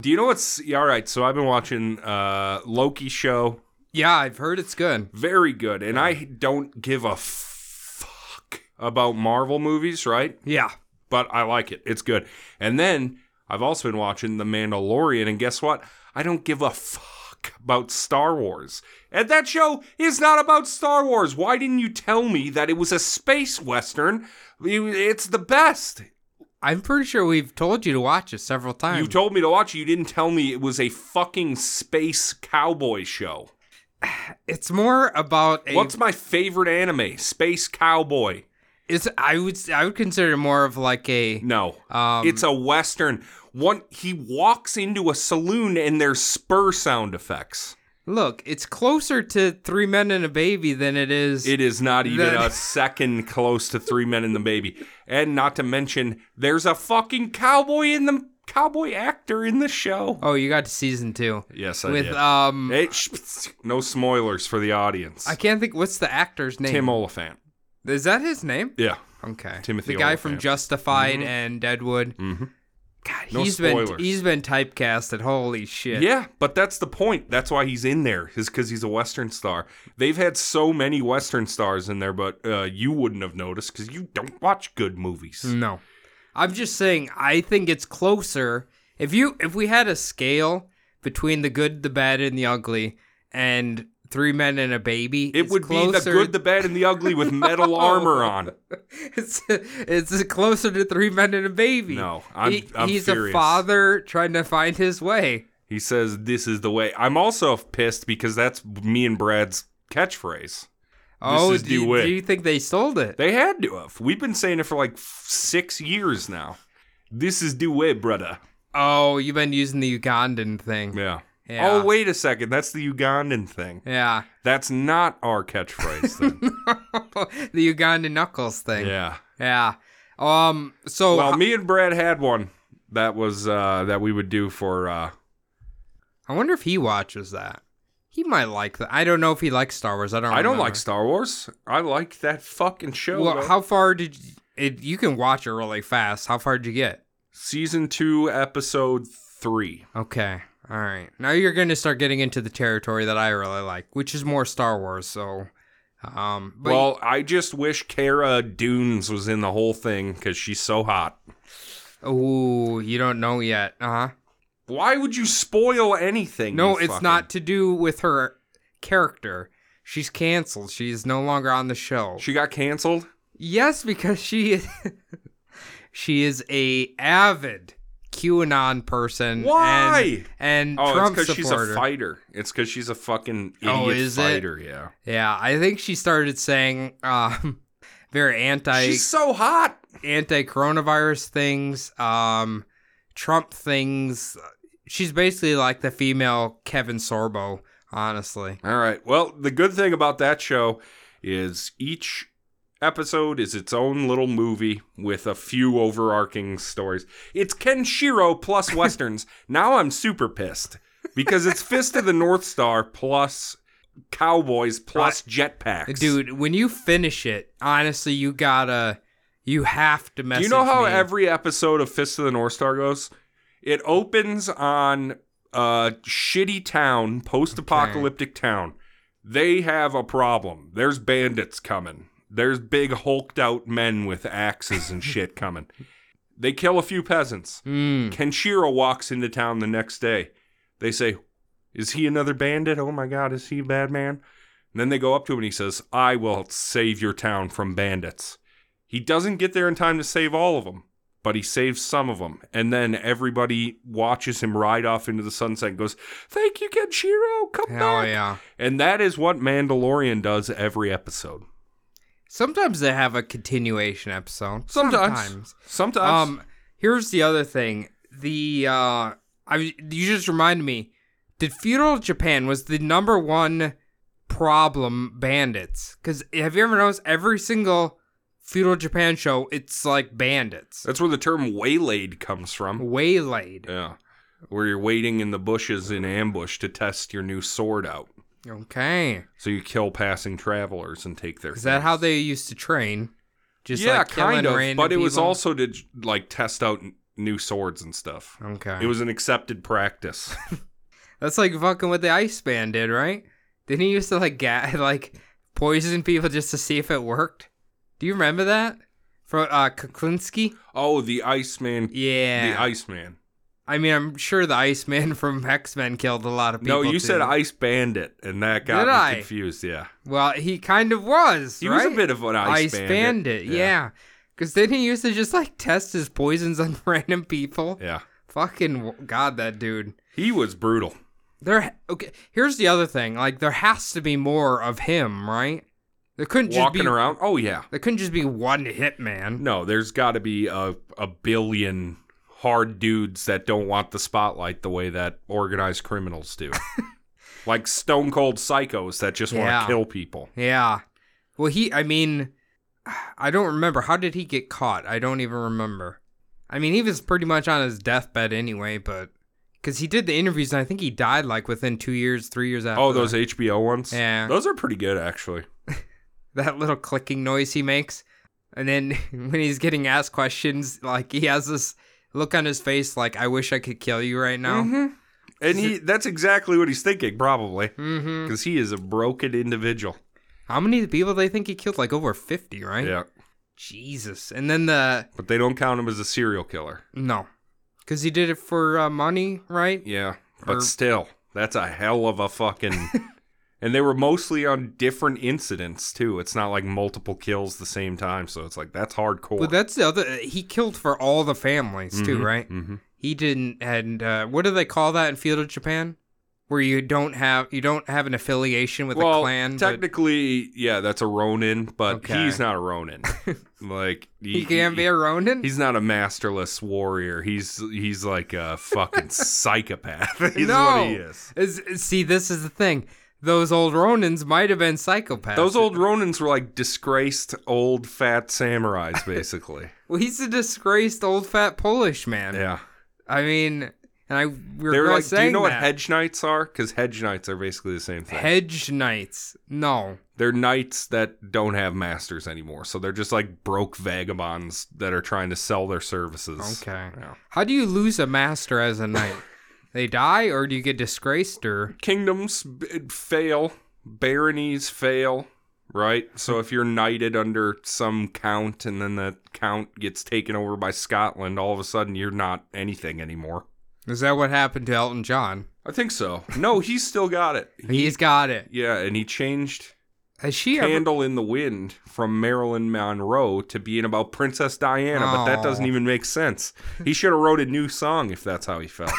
Do you know what's yeah, all right? So I've been watching uh Loki show.
yeah, I've heard it's good.
Very good. And I don't give a fuck about Marvel movies, right?
Yeah,
But I like it. It's good. And then I've also been watching The Mandalorian, and guess what? I don't give a fuck about Star Wars. And that show is not about Star Wars. Why didn't you tell me that it was a space western? You- It's the best.
I'm pretty sure we've told you to watch it several times.
You told me to watch it. You didn't tell me it was a fucking space cowboy show.
it's more about a.
What's my favorite anime? Space cowboy.
It's I would I would consider it more of like a
No.
um.
it's a western. One he walks into a saloon and there's spur sound effects.
look. It's closer to Three Men and a Baby than it is.
It is not even a
That-
second close to Three Men and the Baby. And not to mention, there's a fucking cowboy in the cowboy actor in the show.
oh, you got to season two
Yes, I
with
did.
um.
Hey, sh- no spoilers for the audience.
I can't think. What's the actor's name?
Tim Oliphant.
is that his name?
Yeah.
Okay,
Timothy
the guy from
Oliphant.
Justified and Deadwood.
Mm-hmm.
God, he's
No
been
spoilers.
he's been typecasted. Holy shit!
Yeah, but that's the point. That's why he's in there, is because he's a Western star. They've had so many Western stars in there, but uh, you wouldn't have noticed because you don't watch good movies.
No. I'm just saying I think it's closer. If you if we had a scale between the good, the bad, and the ugly and three men and a baby,
It
it's
would be the
closer-
good, the bad, and the ugly with metal armor on.
it's, it's closer to three men and a baby.
No, I'm,
He-
I'm
he's
furious.
a father trying to find his way.
He says this is the way. I'm also pissed because that's me and Brad's catchphrase.
Oh,
is
do, you-
DeWitt.
do you think they sold it?
They had to have. We've been saying it for like f- six years now. This is the way, brother.
oh, you've been using the Ugandan thing.
Yeah.
Yeah.
Oh, wait a second. That's the Ugandan thing.
Yeah.
That's not our catchphrase then.
the Ugandan knuckles thing.
yeah.
Yeah. Um so
Well, me and Brad had one that was uh that we would do for uh
I wonder if he watches that. He might like that. I don't know if he likes Star Wars. I don't.
I don't
remember.
like Star Wars. I like that fucking show.
Well,
though.
how far did you, it? You can watch it really fast. How far did you get?
Season 2 episode 3.
Okay. All right. Now you're going to start getting into the territory that I really like, which is more Star Wars. So, um, but
well, I just wish Cara Dunes was in the whole thing cuz she's so hot.
ooh, you don't know yet, uh huh?
Why would you spoil anything?
No,
you
it's
fucking-
not to do with her character. She's canceled. She's no longer on the show.
She got canceled?
Yes, because she is she is a avid QAnon person.
Why?
And, and
Oh,
Trump
it's cuz she's
supporter.
a fighter. It's cuz she's a fucking idiot
Oh, is it?
fighter, yeah.
yeah, I think she started saying um, very anti
she's so hot.
anti coronavirus things, um, Trump things. She's basically like the female Kevin Sorbo, honestly.
All right. Well, the good thing about that show is each episode is its own little movie with a few overarching stories. It's Ken Shiro plus westerns. now I'm super pissed because it's Fist of the North Star plus cowboys plus jetpacks.
Dude, when you finish it, honestly, you gotta, you have to
do
message.
you know how
me.
every episode of Fist of the North Star goes? It opens on a shitty town, post-apocalyptic town. They have a problem. There's bandits coming. There's big hulked out men with axes and shit coming. They kill a few peasants.
Mm.
Kenshiro walks into town the next day. They say, Is he another bandit? Oh my god, is he a bad man? And then they go up to him and he says, I will save your town from bandits. He doesn't get there in time to save all of them, but he saves some of them. And then everybody watches him ride off into the sunset and goes, Thank you, Kenshiro. Come
Hell
back.
yeah.
And that is what Mandalorian does every episode.
Sometimes they have a continuation episode.
Sometimes. Sometimes.
Um, Here's the other thing. The uh I was- you just reminded me. Did feudal Japan was the number one problem bandits? Because have you ever noticed every single feudal Japan show, it's like bandits
That's where the term waylaid comes from.
waylaid.
Yeah. Where you're waiting in the bushes in ambush to test your new sword out.
Okay,
So you kill passing travelers and take their.
is that
things.
how they used to train? Just
yeah,
like killing
kind of.
random
But it was
people?
also to like test out n- new swords and stuff.
okay.
It was an accepted practice.
That's like fucking what the Iceman did, right? Didn't he used to like ga- like poison people just to see if it worked? Do you remember that? From uh Kuklinski?
oh, the Iceman.
Yeah.
The Iceman.
I mean, I'm sure the Iceman from X-Men killed a lot of people.
No, you
too.
said Ice Bandit, and that got
Did
me
I?
confused. Yeah,
Well, he kind of was,
he
right?
was a bit of an Ice,
Ice, Bandit. Yeah. Cuz didn't he used to just like test his poisons on random people?
yeah.
Fucking w- god that dude.
He was brutal.
There okay, here's the other thing. Like there has to be more of him, right? There couldn't just
Walking
be
around. Oh yeah.
There couldn't just be one hitman.
No, there's got to be a a billion hard dudes that don't want the spotlight the way that organized criminals do. like stone cold psychos that just want
Yeah.
to kill people.
Yeah. Well, he, I mean, I don't remember. How did he get caught? I don't even remember. I mean, he was pretty much on his deathbed anyway, but because he did the interviews and I think he died like within two years, three years after.
Oh, those
that.
HBO ones.
Yeah.
Those are pretty good actually.
that little clicking noise he makes. And then when he's getting asked questions, like he has this look on his face like, I wish I could kill you right now.
Mhm. And he that's exactly what he's thinking probably
hmm
cuz he is a broken individual.
How many people they think he killed? Like over 50, right?
Yeah.
Jesus. And then the
But they don't count him as a serial killer.
No, because he did it for uh, money, right?
Yeah, but
Or-
still, that's a hell of a fucking. and they were mostly on different incidents too. It's not like multiple kills the same time, so it's like that's hardcore.
But that's the other. uh, He killed for all the families too,
Mhm,
right?
mhm.
He didn't. And uh, what do they call that in feudal Japan, where you don't have you don't have an affiliation with
well,
a clan? but
technically, yeah, that's a Ronin, but
Okay.
he's not a Ronin. like
he can be a Ronin.
He's not a masterless warrior. He's he's like a fucking psychopath. He's what he
No.
is.
Is, see, this is the thing. Those old Ronins might have been psychopaths.
Those old Ronins were like disgraced old fat samurais, basically.
Well, he's a disgraced old fat Polish man.
yeah.
I mean, and I we were
They're
gonna
like, do you
saying
know what
that.
hedge knights are? Because hedge knights are basically the same thing.
hedge knights? No.
they're knights that don't have masters anymore, so they're just like broke vagabonds that are trying to sell their services.
Okay.
Yeah.
How do you lose a master as a knight? they die, or do you get disgraced, or
Kingdoms b- fail, baronies fail, right? So if you're knighted under some count and then the count gets taken over by Scotland, all of a sudden you're not anything anymore.
is that what happened to Elton John?
I think so. No, he's still got it.
He's got it.
Yeah, and he changed
Has she ever?
Candle in the Wind from Marilyn Monroe to being about Princess Diana, but that doesn't
Aw.
even make sense. He should have wrote a new song if that's how he felt.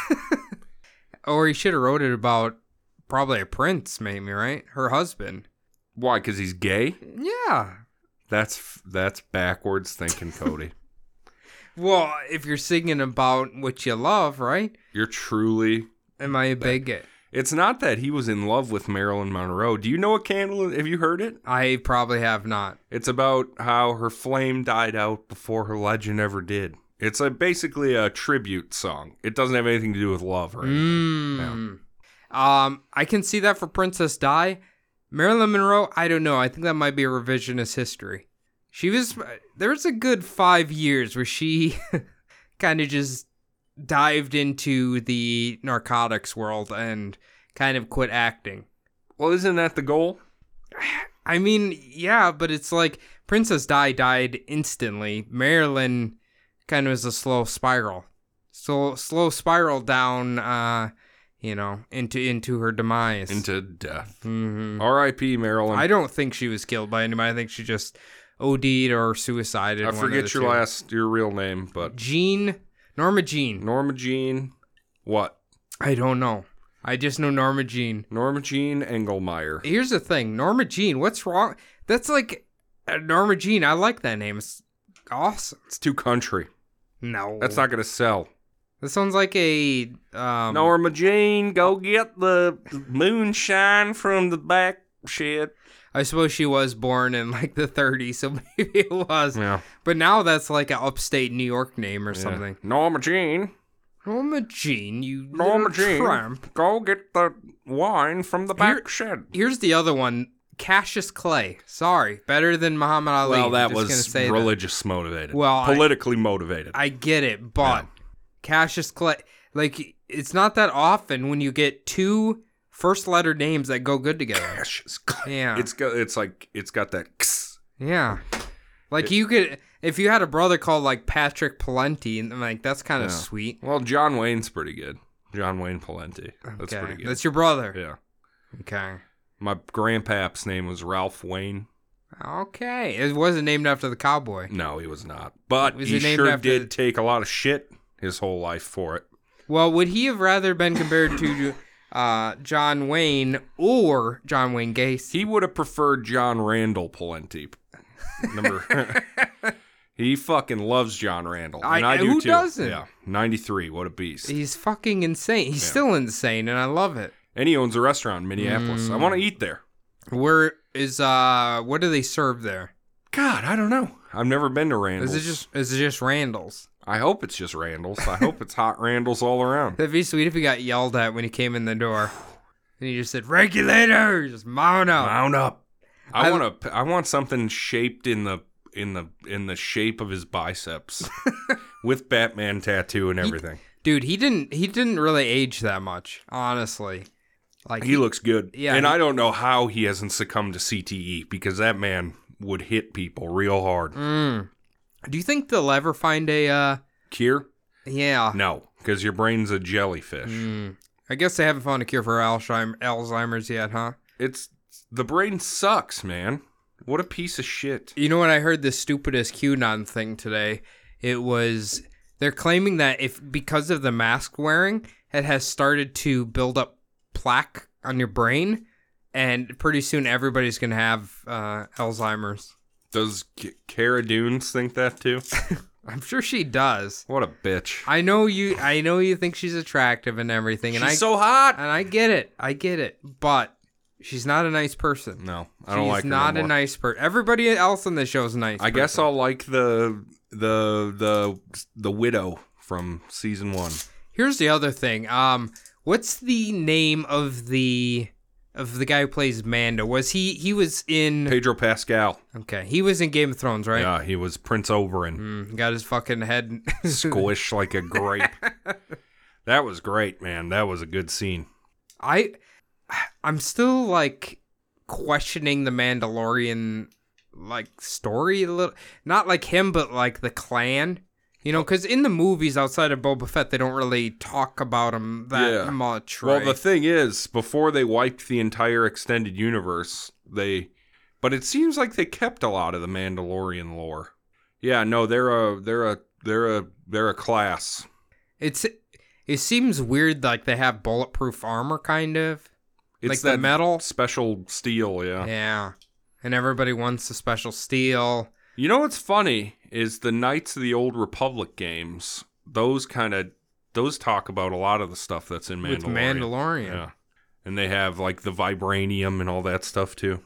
Or he should have wrote it about probably a prince, maybe right? Her husband.
Why? Because he's gay?
Yeah.
That's f- that's backwards thinking, Cody.
Well, if you're singing about what you love, right?
You're truly.
Am I a bigot?
It's not that he was in love with Marilyn Monroe. Do you know what Candle? Have you heard it?
I probably have not.
It's about how her flame died out before her legend ever did. It's a basically a tribute song. It doesn't have anything to do with love, right?
Mm. Um, I can see that for Princess Di. Marilyn Monroe, I don't know. I think that might be a revisionist history. She was there was a good five years where she kind of just dived into the narcotics world and kind of quit acting.
Well, isn't that the goal?
I mean, yeah, but it's like Princess Di died instantly. Marilyn kind of is a slow spiral. So slow spiral down uh you know, into into her demise.
Into death.
hmm
R.I.P. Marilyn.
I
I,
don't think she was killed by anybody. I think she just OD'd or suicided. one of the
forget your
two.
last, your real name, but
Jean Norma Jean.
Norma Jean. What?
I don't know. I just know Norma Jean.
Norma Jean Engelmeyer.
Here's the thing, Norma Jean. What's wrong? That's like uh, Norma Jean. I like that name. It's awesome.
It's too country.
No.
That's not going to sell.
That sounds like a um
Norma Jean, go get the moonshine from the back shed.
I suppose she was born in like the 30s, so maybe it was.
Yeah.
But now that's like an upstate New York name or something.
Norma Jean,
Norma Jean, you
Norma
little
Jean,
tramp.
go get the wine from the back
Here-
shed.
Here's the other one, Cassius Clay. Sorry, better than Muhammad Ali.
Well, that
Just gonna
was
say that.
religious motivated.
Well, I-
politically motivated.
I get it, but Cassius Clay, like it's not that often when you get two first letter names that go good together.
Cassius
Yeah.
It's got. It's like it's got that. kss.
yeah, like you could if you had a brother called like Patrick Palenti, and I'm like that's kind
Yeah.
of sweet.
Well, John Wayne's pretty good. John Wayne Palenti. That's
okay.
pretty good.
That's your brother.
yeah.
Okay.
My grandpap's name was Ralph Wayne.
Okay. It wasn't named after the cowboy.
No, he was not. But
Was
he,
he named
sure
after
did
the-
take a lot of shit his whole life for it.
Well, would he have rather been compared to uh, John Wayne or John Wayne Gacy?
He would have preferred John Randall Palenti. Number. he fucking loves John Randall. And
I-
I, do
who
too.
doesn't?
Yeah. 93. What a beast.
He's fucking insane. He's still insane, and I love it.
and he owns a restaurant in Minneapolis.
Mm.
I want to eat there.
Where is uh? What do they serve there?
God, I don't know. I've never been to Randall's.
Is it just is it just Randall's?
I hope it's just Randall's. I hope it's hot Randall's all around.
That'd be sweet if he got yelled at when he came in the door, and he just said "regulators, mount up."
Mount up. I,
I-
want a. I want something shaped in the in the in the shape of his biceps, with Batman tattoo and everything.
Dude, he didn't he didn't really age that much, honestly. Like
He, looks good.
Yeah,
and
he-
I don't know how he hasn't succumbed to CTE because that man would hit people real hard.
Mm. Do you think they'll ever find a uh?
Cure?
Yeah.
No, because your brain's a jellyfish.
Mm. I guess they haven't found a cure for Alzheimer- Alzheimer's yet, huh?
It's the brain sucks, man. What a piece of shit.
You know when I heard the stupidest QAnon thing today, it was they're claiming that if because of the mask wearing, it has started to build up plaque on your brain, and pretty soon everybody's gonna have uh, Alzheimer's.
Does K- Cara Dunes think that too?
I'm sure she does.
What a bitch.
I know you. I know you think she's attractive and everything, and
She's
I
so hot.
and I get it. I get it, but she's not a nice person.
No, I don't
she's
like her no
not
more.
a nice person. Everybody else on the show is a nice.
I guess
person.
I'll like the the the the widow from season one.
Here's the other thing. Um, what's the name of the of the guy who plays Mando? Was he he was in?
Pedro Pascal.
Okay, he was in Game of Thrones, right?
Yeah, he was Prince Oberyn.
Mm, got his fucking head.
Squish like a grape. that was great, man. That was a good scene.
I I'm still like questioning the Mandalorian like story a little. Not like him, but like the clan. You know, because in the movies outside of Boba Fett, they don't really talk about him that
Yeah.
much.
Well,
right?
the thing is, before they wiped the entire extended universe, they but it seems like they kept a lot of the Mandalorian lore. Yeah, no, they're a they're a they're a they're a class.
It's it seems weird like they have bulletproof armor kind of.
It's
like
that
the metal.
special steel, yeah.
Yeah. And everybody wants the special steel.
You know what's funny is the Knights of the Old Republic games. Those kind of those talk about a lot of the stuff that's in Mandalorian.
With Mandalorian.
Yeah, and they have like the vibranium and all that stuff too.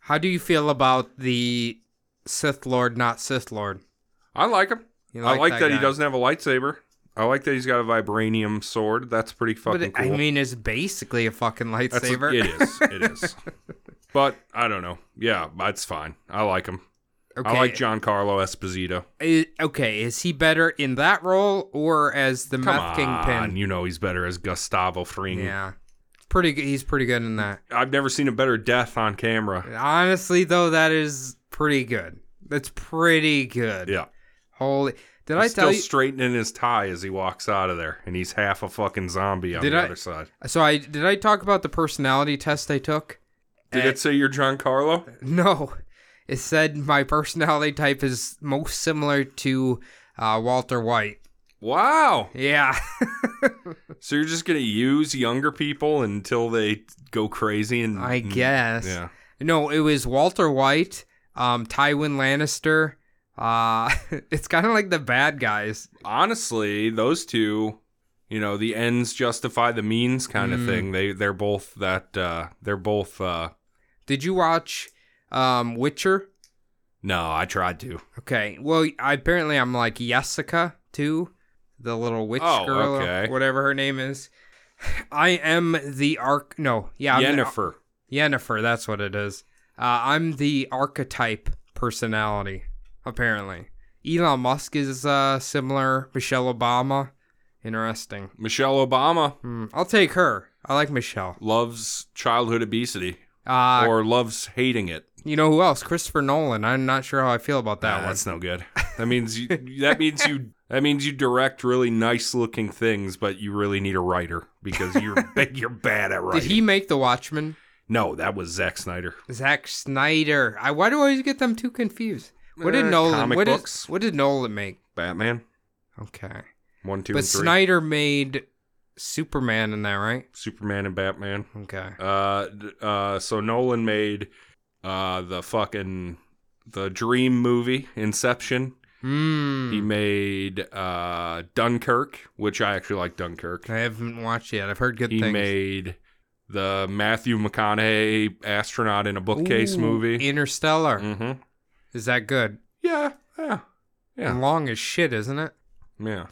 How do you feel about the Sith Lord not Sith Lord?
I like him.
You
I like that, he
guy?
doesn't have a lightsaber. I like that he's got a vibranium sword. That's pretty
But
fucking
I
cool.
mean it's basically a fucking
That's a-
lightsaber.
it is. It is. But I don't know. Yeah, that's fine. I like him.
okay.
I like Giancarlo Esposito.
I- okay, is he better in that role or as the
Come on,
meth kingpin?
you know he's better as Gustavo Fring.
Yeah. It's pretty good. He's pretty good in that.
I've never seen a better death on camera.
Honestly though, that is pretty good. That's pretty good.
Yeah.
Holy!
He's
Did I tell
still
you?
straightening his tie as he walks out of there, and he's half a fucking zombie on
Did
the
I-
other side.
so I did I talk about the personality test I took?
Did
Eh,
it say you're John Carlo?
no, it said my personality type is most similar to uh, Walter White.
Wow.
Yeah,
So you're just gonna use younger people until they go crazy and
I
and-
guess.
Mm-hmm. Yeah.
No, it was Walter White, um, Tywin Lannister, Uh, it's kind of like the bad guys.
Honestly, those two, you know, the ends justify the means kind of
Mm.
thing. They they're both that uh they're both uh
Did you watch um, Witcher?
no, I tried to.
Okay. Well, I, apparently I'm like Jessica too, the little witch
Oh,
girl, or
okay.
whatever her name is. I am the arc. No, yeah, I'm the-
Yennefer.
Yennefer, that's what it is. Uh, I'm the archetype personality, apparently. Elon Musk is uh, similar. Michelle Obama, interesting.
Michelle Obama
Hmm, I'll take her. I like Michelle.
loves childhood obesity
Uh,
or loves hating it.
you know who else? Christopher Nolan. I'm not sure how I feel about that
Nah,
one.
That's no good. That means you that means you that means you direct really nice looking things, but you really need a writer because you're ba- you're bad at writing.
Did he make The Watchmen?
No, that was Zack Snyder.
Zack Snyder. I why do I always get them too confused? What did
Eh,
Nolan?
comic
What, is,
books.
what did Nolan make?
Batman
Okay,
one, two,
but
and three.
Snyder made Superman in that, right?
Superman and Batman.
Okay.
Uh, d- uh, so Nolan made uh the fucking the Dream movie, Inception.
Hmm.
He made uh Dunkirk, which I actually like Dunkirk.
I haven't watched yet. I've heard good
He
things.
made the Matthew McConaughey astronaut in a bookcase
Ooh,
movie.
Interstellar.
hmm
Is that good?
Yeah, yeah, yeah,
Long as shit, isn't it?
yeah.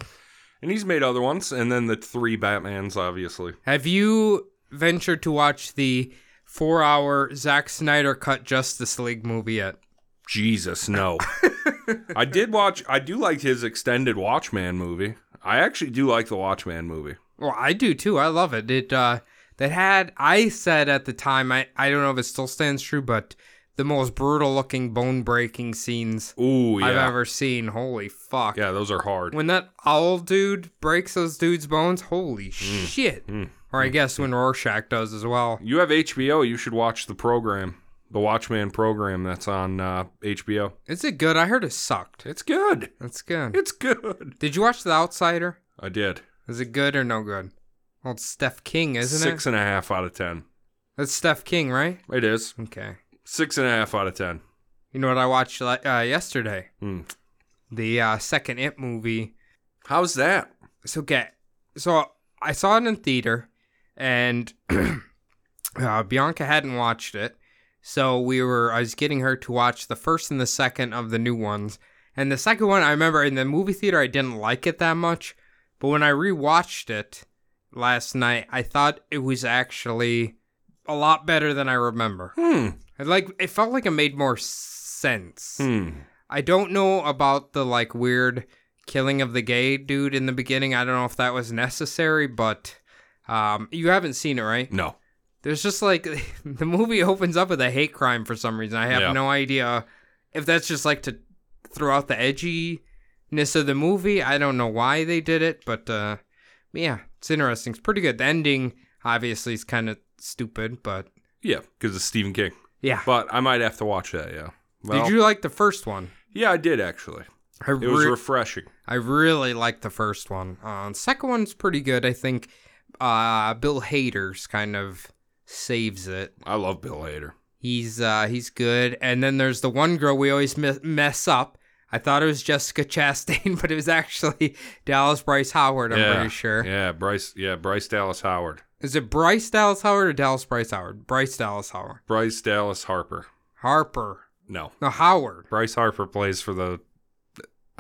And he's made other ones, and then the three Batmans, obviously.
Have you ventured to watch the four-hour Zack Snyder cut Justice League movie yet?
Jesus, no. I did watch. I do like his extended Watchman movie. I actually do like the Watchman movie.
Well, I do too. I love it. It uh that had I said at the time, I, I don't know if it still stands true, but the most brutal looking bone breaking scenes
Ooh, Oh, yeah,
I've ever seen. Holy fuck.
yeah. Those are hard.
When that owl dude breaks those dudes' bones, holy shit.
Mm.
Or I guess when Rorschach does as well.
you have HBO. You should watch the program, the Watchman program that's on uh, HBO.
Is it good? I heard it sucked.
It's good.
That's good.
It's good.
Did you watch The Outsider?
I did.
Is it good or no good? Well, it's Steph King, isn't
Six
it?
and a half out of ten.
That's Steph King, right?
It is
Okay.
six and a half out of ten.
You know what I watched like, uh, yesterday?
Hmm.
the uh, second It movie.
How's that?
So get so I saw it in theater, and uh, Bianca hadn't watched it, so we were I was getting her to watch the first and the second of the new ones. And the second one I remember in the movie theater I didn't like it that much, but when I rewatched it last night, I thought it was actually a lot better than I remember.
Hmm.
I like it felt like it made more sense.
Hmm.
I don't know about the like weird killing of the gay dude in the beginning. I don't know if that was necessary, but um, you haven't seen it, right?
No.
There's just like the movie opens up with a hate crime for some reason. I have
Yeah.
no idea if that's just like to throw out the edginess of the movie. I don't know why they did it, but uh, yeah, it's interesting. It's pretty good. The ending obviously is kind of stupid, but
Yeah, because it's Stephen King.
yeah.
But I might have to watch that. Yeah. Well,
Did you like the first one?
Yeah, I did actually.
I
It was
re-
refreshing.
I really like the first one. Uh, the second one's pretty good. I think uh, Bill Hader's kind of saves it.
I love Bill Hader.
He's uh, he's good. And then there's the one girl we always me- mess up. I thought it was Jessica Chastain, but it was actually Dallas Bryce Howard. I'm
Yeah,
pretty sure.
Yeah, Bryce. Yeah, Bryce Dallas Howard.
Is it Bryce Dallas Howard or Dallas Bryce Howard? Bryce Dallas Howard.
Bryce Dallas Harper.
Harper.
No,
No Howard.
Bryce Harper plays for the.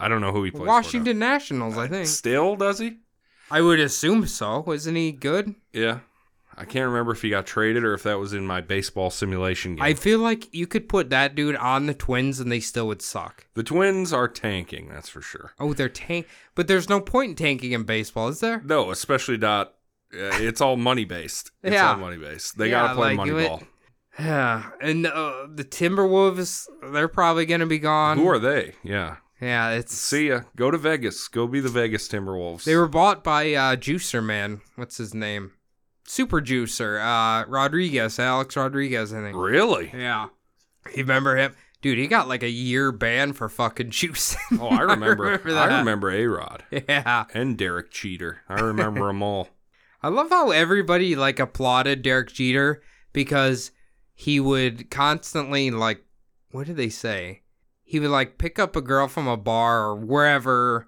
I don't know who he plays. for now.
Washington Nationals, I think.
Still does he?
I would assume so. Isn't he good?
Yeah. I can't remember if he got traded or if that was in my baseball simulation game.
I feel like you could put that dude on the Twins and they still would suck.
The Twins are tanking, that's for sure.
Oh, they're tank, but there's no point in tanking in baseball, is there?
No, especially not. Uh, it's all money based. It's
Yeah.
all money based. They
Yeah,
gotta play
like,
money
you-
ball.
Yeah, and uh, the Timberwolves, they're probably gonna be gone.
Who are they? Yeah.
yeah, it's
See ya. Go to Vegas. Go be the Vegas Timberwolves.
they were bought by uh, Juicer Man. What's his name? Super Juicer, uh, Rodriguez, Alex Rodriguez, I think.
really.
Yeah, you remember him, dude? He got like a year ban for fucking juicing.
Oh, I remember. I remember,
that.
A Rod
yeah,
and Derek Cheater. I remember them all.
I love how everybody like applauded Derek Jeter because he would constantly like what did they say? he would like pick up a girl from a bar or wherever,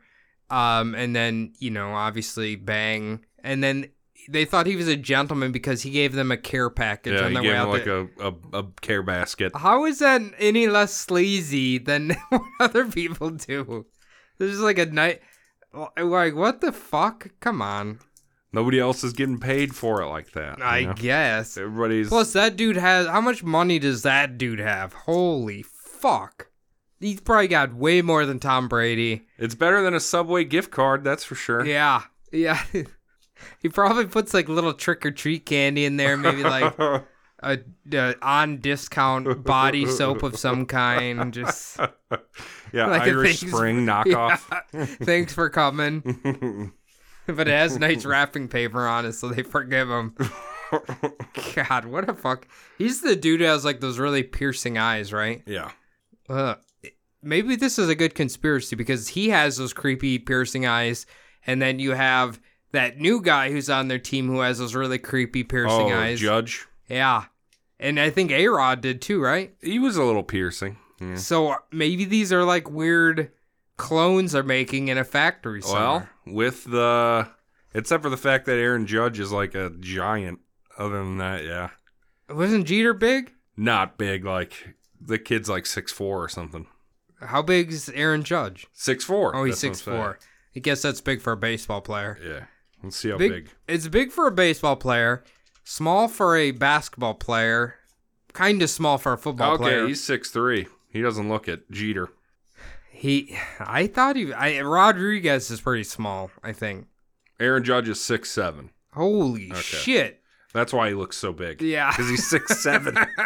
um, and then you know obviously bang, and then they thought he was a gentleman because he gave them a care package
Yeah,
on
you
their
gave
way
him
out.
like
the-
a, a, a care basket.
How is that any less sleazy than what other people do? This is like a night. Like what the fuck? Come on.
Nobody else is getting paid for it like that. you
I
know?
guess.
Everybody's
Plus, that dude has how much money does that dude have? Holy fuck! He's probably got way more than Tom Brady.
it's better than a Subway gift card, that's for sure.
Yeah, yeah. he probably puts like little trick or treat candy in there, maybe like a, a on discount body soap of some kind. Just
yeah,
Like a
Irish
things-
Spring knockoff.
Yeah. thanks for coming. but it has nice wrapping paper on it, so they forgive him. God, what a fuck! He's the dude who has like those really piercing eyes, right?
yeah.
Uh, maybe this is a good conspiracy because he has those creepy piercing eyes, and then you have that new guy who's on their team who has those really creepy piercing
oh,
eyes.
Judge.
yeah, and I think A Rod did too, right?
He was a little piercing. Yeah.
So uh, maybe these are like weird clones are making in a factory
Well,
somewhere.
with the except for the fact that Aaron Judge is like a giant. Other than that, yeah,
wasn't Jeter big?
not big. Like the kid's like six four or something.
How big's Aaron Judge?
Six four.
Oh, he's six four. I guess that's big for a baseball player.
Yeah. Let's see how
Big-
big.
It's big for a baseball player, small for a basketball player, kind of small for a football
Okay,
player.
he's six three. He doesn't look it. Jeter.
He, I thought he, I, Rodriguez is pretty small. I think.
Aaron Judge is six seven.
Holy
Okay.
shit!
That's why he looks so big.
Yeah,
Because he's six seven.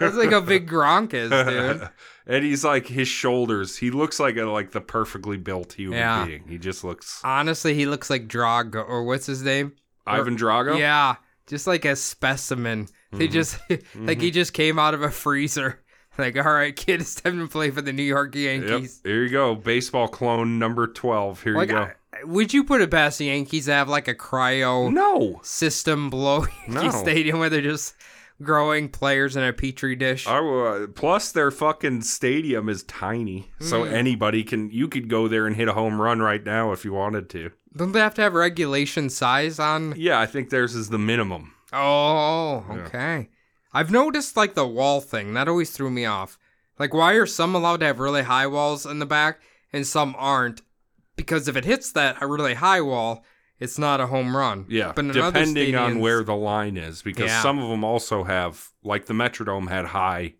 that's like how big Gronk is, dude.
and he's like his shoulders. He looks like a like the perfectly built human
Yeah.
being. He just looks
Honestly, he looks like Drago or what's his name?
Ivan Drago. Mm-hmm.
Yeah, just like a specimen. They just like he just came out of a freezer. Like, all right, kid, it's time to play for the New York
Yep.
Yankees.
Here you go. Baseball clone number 12. Here
Like,
you go.
I- would you put it past the Yankees to have like a cryo
no.
system below Yankee
No.
Stadium where they're just growing players in a petri dish?
I, wa- plus, their fucking stadium is tiny. So
Mm.
anybody can, you could go there and hit a home run right now if you wanted to.
Don't they have to have regulation size on?
Yeah, I think theirs is the minimum.
Oh, okay. I've noticed like the wall thing that always threw me off. Like, why are some allowed to have really high walls in the back and some aren't? Because if it hits that a really high wall, it's not a home run.
Yeah.
but in other
depending on
stadiums-
where the line is, because
Yeah.
some of them also have, like the Metrodome had high,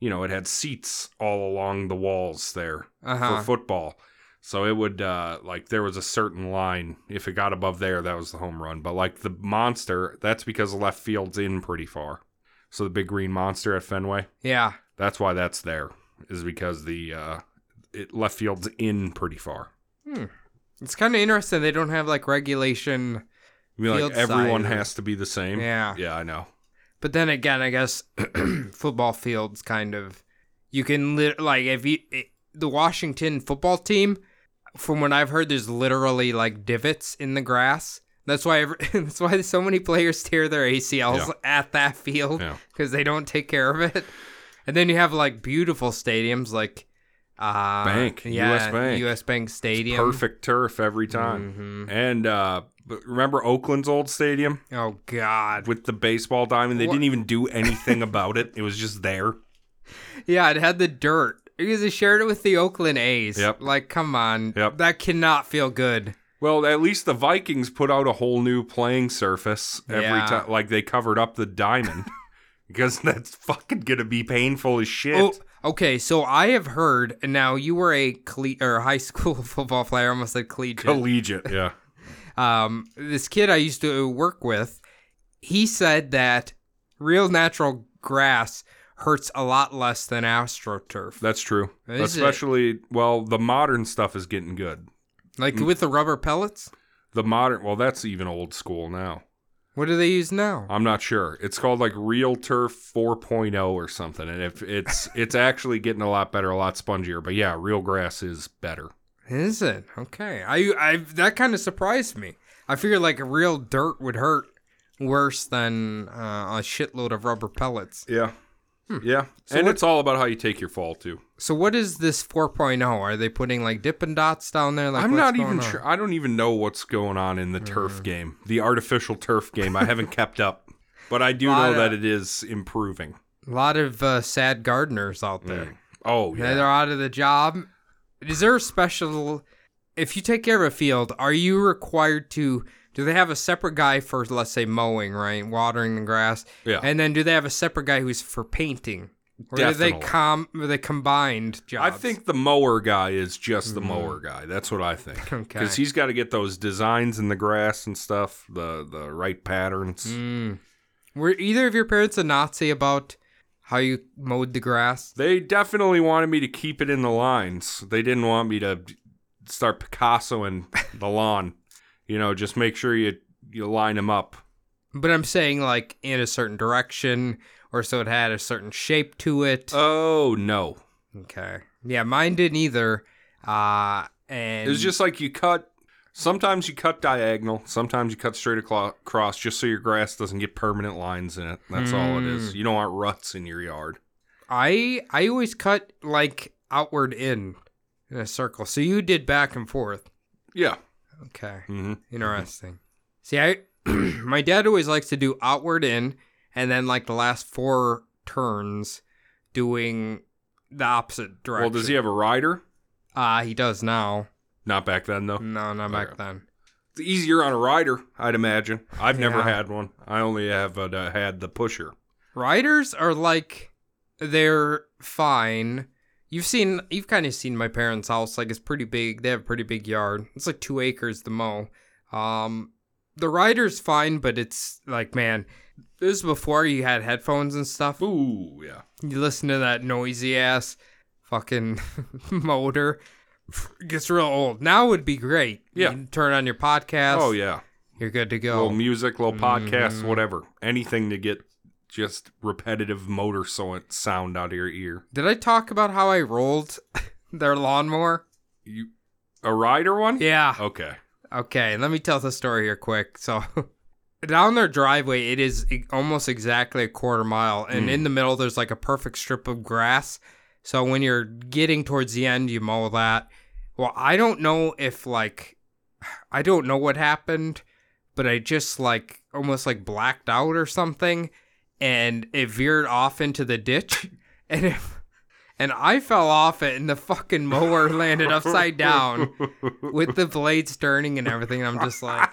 you know, it had seats all along the walls there
Uh-huh.
for football. So it would uh, like there was a certain line. If it got above there, that was the home run. But like the monster, that's because the left field's in pretty far. So the big green monster at Fenway,
yeah.
that's why that's there, is because the uh, it, left field's in pretty far.
It's kind of interesting they don't have like regulation.
I mean,
Field
like everyone
size.
has to be the same.
Yeah.
yeah, I know.
But then again, I guess football fields kind of you can lit like if you it, the Washington football team, from what I've heard, there's literally like divots in the grass. That's why every, that's why so many players tear their ACLs
Yeah.
at that field
Yeah.
because they don't take care of it. And then you have like beautiful stadiums like uh,
Bank,
yeah,
US Bank.
US Bank Stadium.
Perfect turf every time.
Mhm.
And uh, but remember Oakland's old stadium
Oh God.
with the baseball diamond? They
What-
didn't even do anything about it. It was just there.
Yeah, it had the dirt. Because they shared it with the Oakland A's.
Yep.
Like, come on.
Yep.
That cannot feel good.
Well, at least the Vikings put out a whole new playing surface every
Yeah.
time. Like they covered up the diamond because that's fucking gonna be painful as shit.
Oh, okay. So I have heard. and Now you were a cle- or a high school football player. I almost said collegiate.
Collegiate, yeah.
um, this kid I used to work with, he said that real natural grass hurts a lot less than astroturf.
That's true.
Is it?
Especially, well, the modern stuff is getting good.
Like with the rubber pellets.
The modern, well, that's even old school now.
What do they use now?
I'm not sure. It's called like Real Turf 4.0 or something, and if it's it's actually getting a lot better, a lot spongier. But yeah, real grass is better.
Is it okay? I I that kind of surprised me. I figured like real dirt would hurt worse than uh, a shitload of rubber pellets.
Yeah. Yeah.
So
Hmm. and
what-
it's all about how you take your fall too.
So what is this 4.0? Are they putting like Dippin' Dots down there? Like
I'm
what's
not
going
even
on? Uh.
sure. I don't even know what's going on in the turf game, the artificial turf game. I haven't kept up, but I do know
Lotta-
that it is improving.
A lot of uh, sad gardeners out there.
Oh yeah.
They're out of the job. Is there a special? If you take care of a field, are you required to? Do they have a separate guy for, let's say, mowing, right, watering the grass?
Yeah.
Oh. And then do they have a separate guy who's for painting? Or do they
Definitely.
com? Are they combined
I
jobs?
think the mower guy is just the mower guy. That's what I think.
Mm-hmm. Okay.
Because he's got to get those designs in the grass and stuff, the the right patterns.
Mm. Were either of your parents a Nazi about how you mowed the grass?
They definitely wanted me to keep it in the lines. They didn't want me to start Picassoing the lawn. You know, just make sure you you line them up.
But I'm saying like in a certain direction, or so it had a certain shape to it.
Oh no.
Okay. Yeah, mine didn't either. Uh, and
It was just like you cut. Sometimes you cut diagonal. Sometimes you cut straight aclo- across, just so your grass doesn't get permanent lines in it. That's all it
Hmm.
is. You don't want ruts in your yard.
I I always cut like outward in in a circle. So you did back and forth.
Yeah.
Okay.
hmm
Interesting. See, I my dad always likes to do outward in and then like the last four turns doing the opposite
Well,
direction.
does he have a rider?
Ah, he does now.
Not back then though.
No, not back
Okay.
then.
It's easier on a rider, I'd imagine. I've never
Yeah.
had one. I only have uh, had the pusher.
Riders are like they're fine. You've seen you've kind of seen my parents' house like it's pretty big. They have a pretty big yard. It's like 2 acres the mow. Um the rider's fine, but it's like man, this is before you had headphones and stuff.
Ooh, yeah.
You listen to that noisy ass fucking motor. It gets real old. Now would be great.
Yeah.
You can turn on your podcast.
Oh yeah.
You're good to
Little
go.
music, little podcast,
Mhm.
whatever. Anything to get just repetitive motor so- sound out of your ear.
Did I talk about how I rolled their lawnmower?
You a rider one?
Yeah.
Okay.
Okay, let me tell the story here quick. So, down their driveway, it is e- almost exactly a quarter mile, and
Mm.
in the middle, there's like a perfect strip of grass. So, when you're getting towards the end, you mow that. Well, I don't know if, like, I don't know what happened, but I just, like, almost like blacked out or something, and it veered off into the ditch. And it, and I fell off it, and the fucking mower landed upside down with the blades turning and everything. and I'm just like,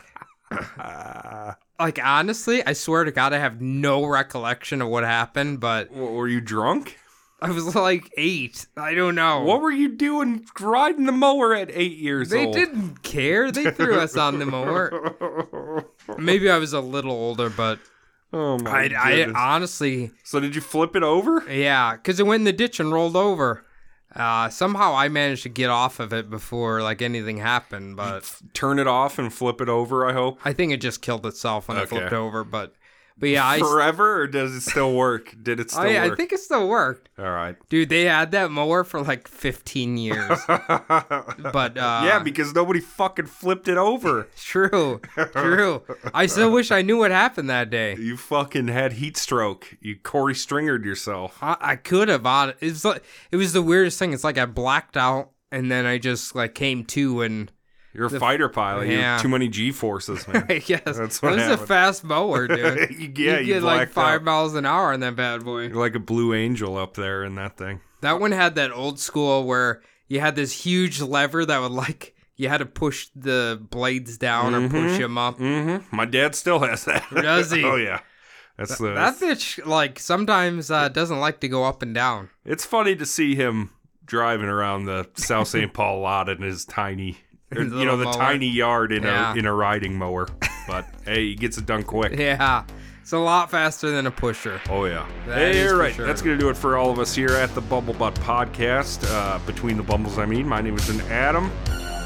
Ah.
like honestly, I swear to God, I have no recollection of what happened, but
W- were you drunk?
I was like eight. I don't know.
What were you doing riding the mower at eight years
they
old?
didn't care. They threw us on the mower. Maybe I was a little older, but
oh my
I,
god.
I honestly,
so did you flip it over?
yeah, because it went in the ditch and rolled over. Uh, somehow I managed to get off of it before like anything happened, but
Turn it off and flip it over, I hope.
I think it just killed itself when I
Okay.
flipped over. But, but yeah, I,
Forever or does it still work? Did it still
oh, yeah,
work?
I think it still worked.
All right.
Dude, they had that mower for like 15 years. But uh
yeah, because nobody fucking flipped it over.
true. True. I still wish I knew what happened that day.
You fucking had heat stroke. You Corey Stringered yourself.
I, I could have on it's like it was the weirdest thing. It's like I blacked out and then I just like came to and
You're a fighter pilot. You
Yeah.
have too many G forces, man.
I guess
That's
it
what
was a
happened.
fast mower, dude.
You- yeah, you,
you get like
blacked
five
out.
miles an hour on that bad boy.
You're like a blue angel up there in that thing.
That one had that old school where you had this huge lever that would like you had to push the blades down or push
Mhm.
them up.
Mm-hmm. My dad still has that.
Does he?
oh yeah. That's the.
That bitch, like, sometimes uh, doesn't like to go up and down.
it's funny to see him driving around the South St. Paul lot in his tiny, you
His
know,
little
the
mower.
tiny yard in
Yeah.
a in a riding mower. But hey, he gets it done quick.
Yeah. It's a lot faster than a pusher.
Oh yeah.
That
hey,
is
all
for
right.
sure.
That's gonna do it for all of us here at the Bumble Butt Podcast. Uh, between the bumbles, I mean. My name is Adam.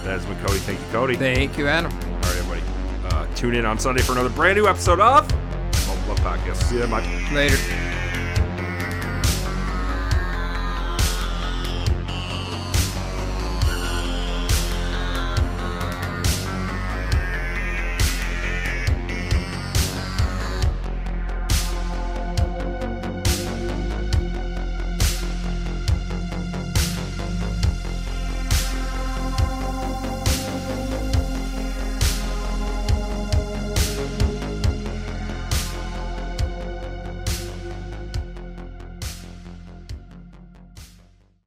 That's been Cody. Thank you, Cody.
Thank you, Adam.
all right, everybody. Uh, tune in on Sunday for another brand new episode of Bumble Butt Podcast. See you, Mike.
Later.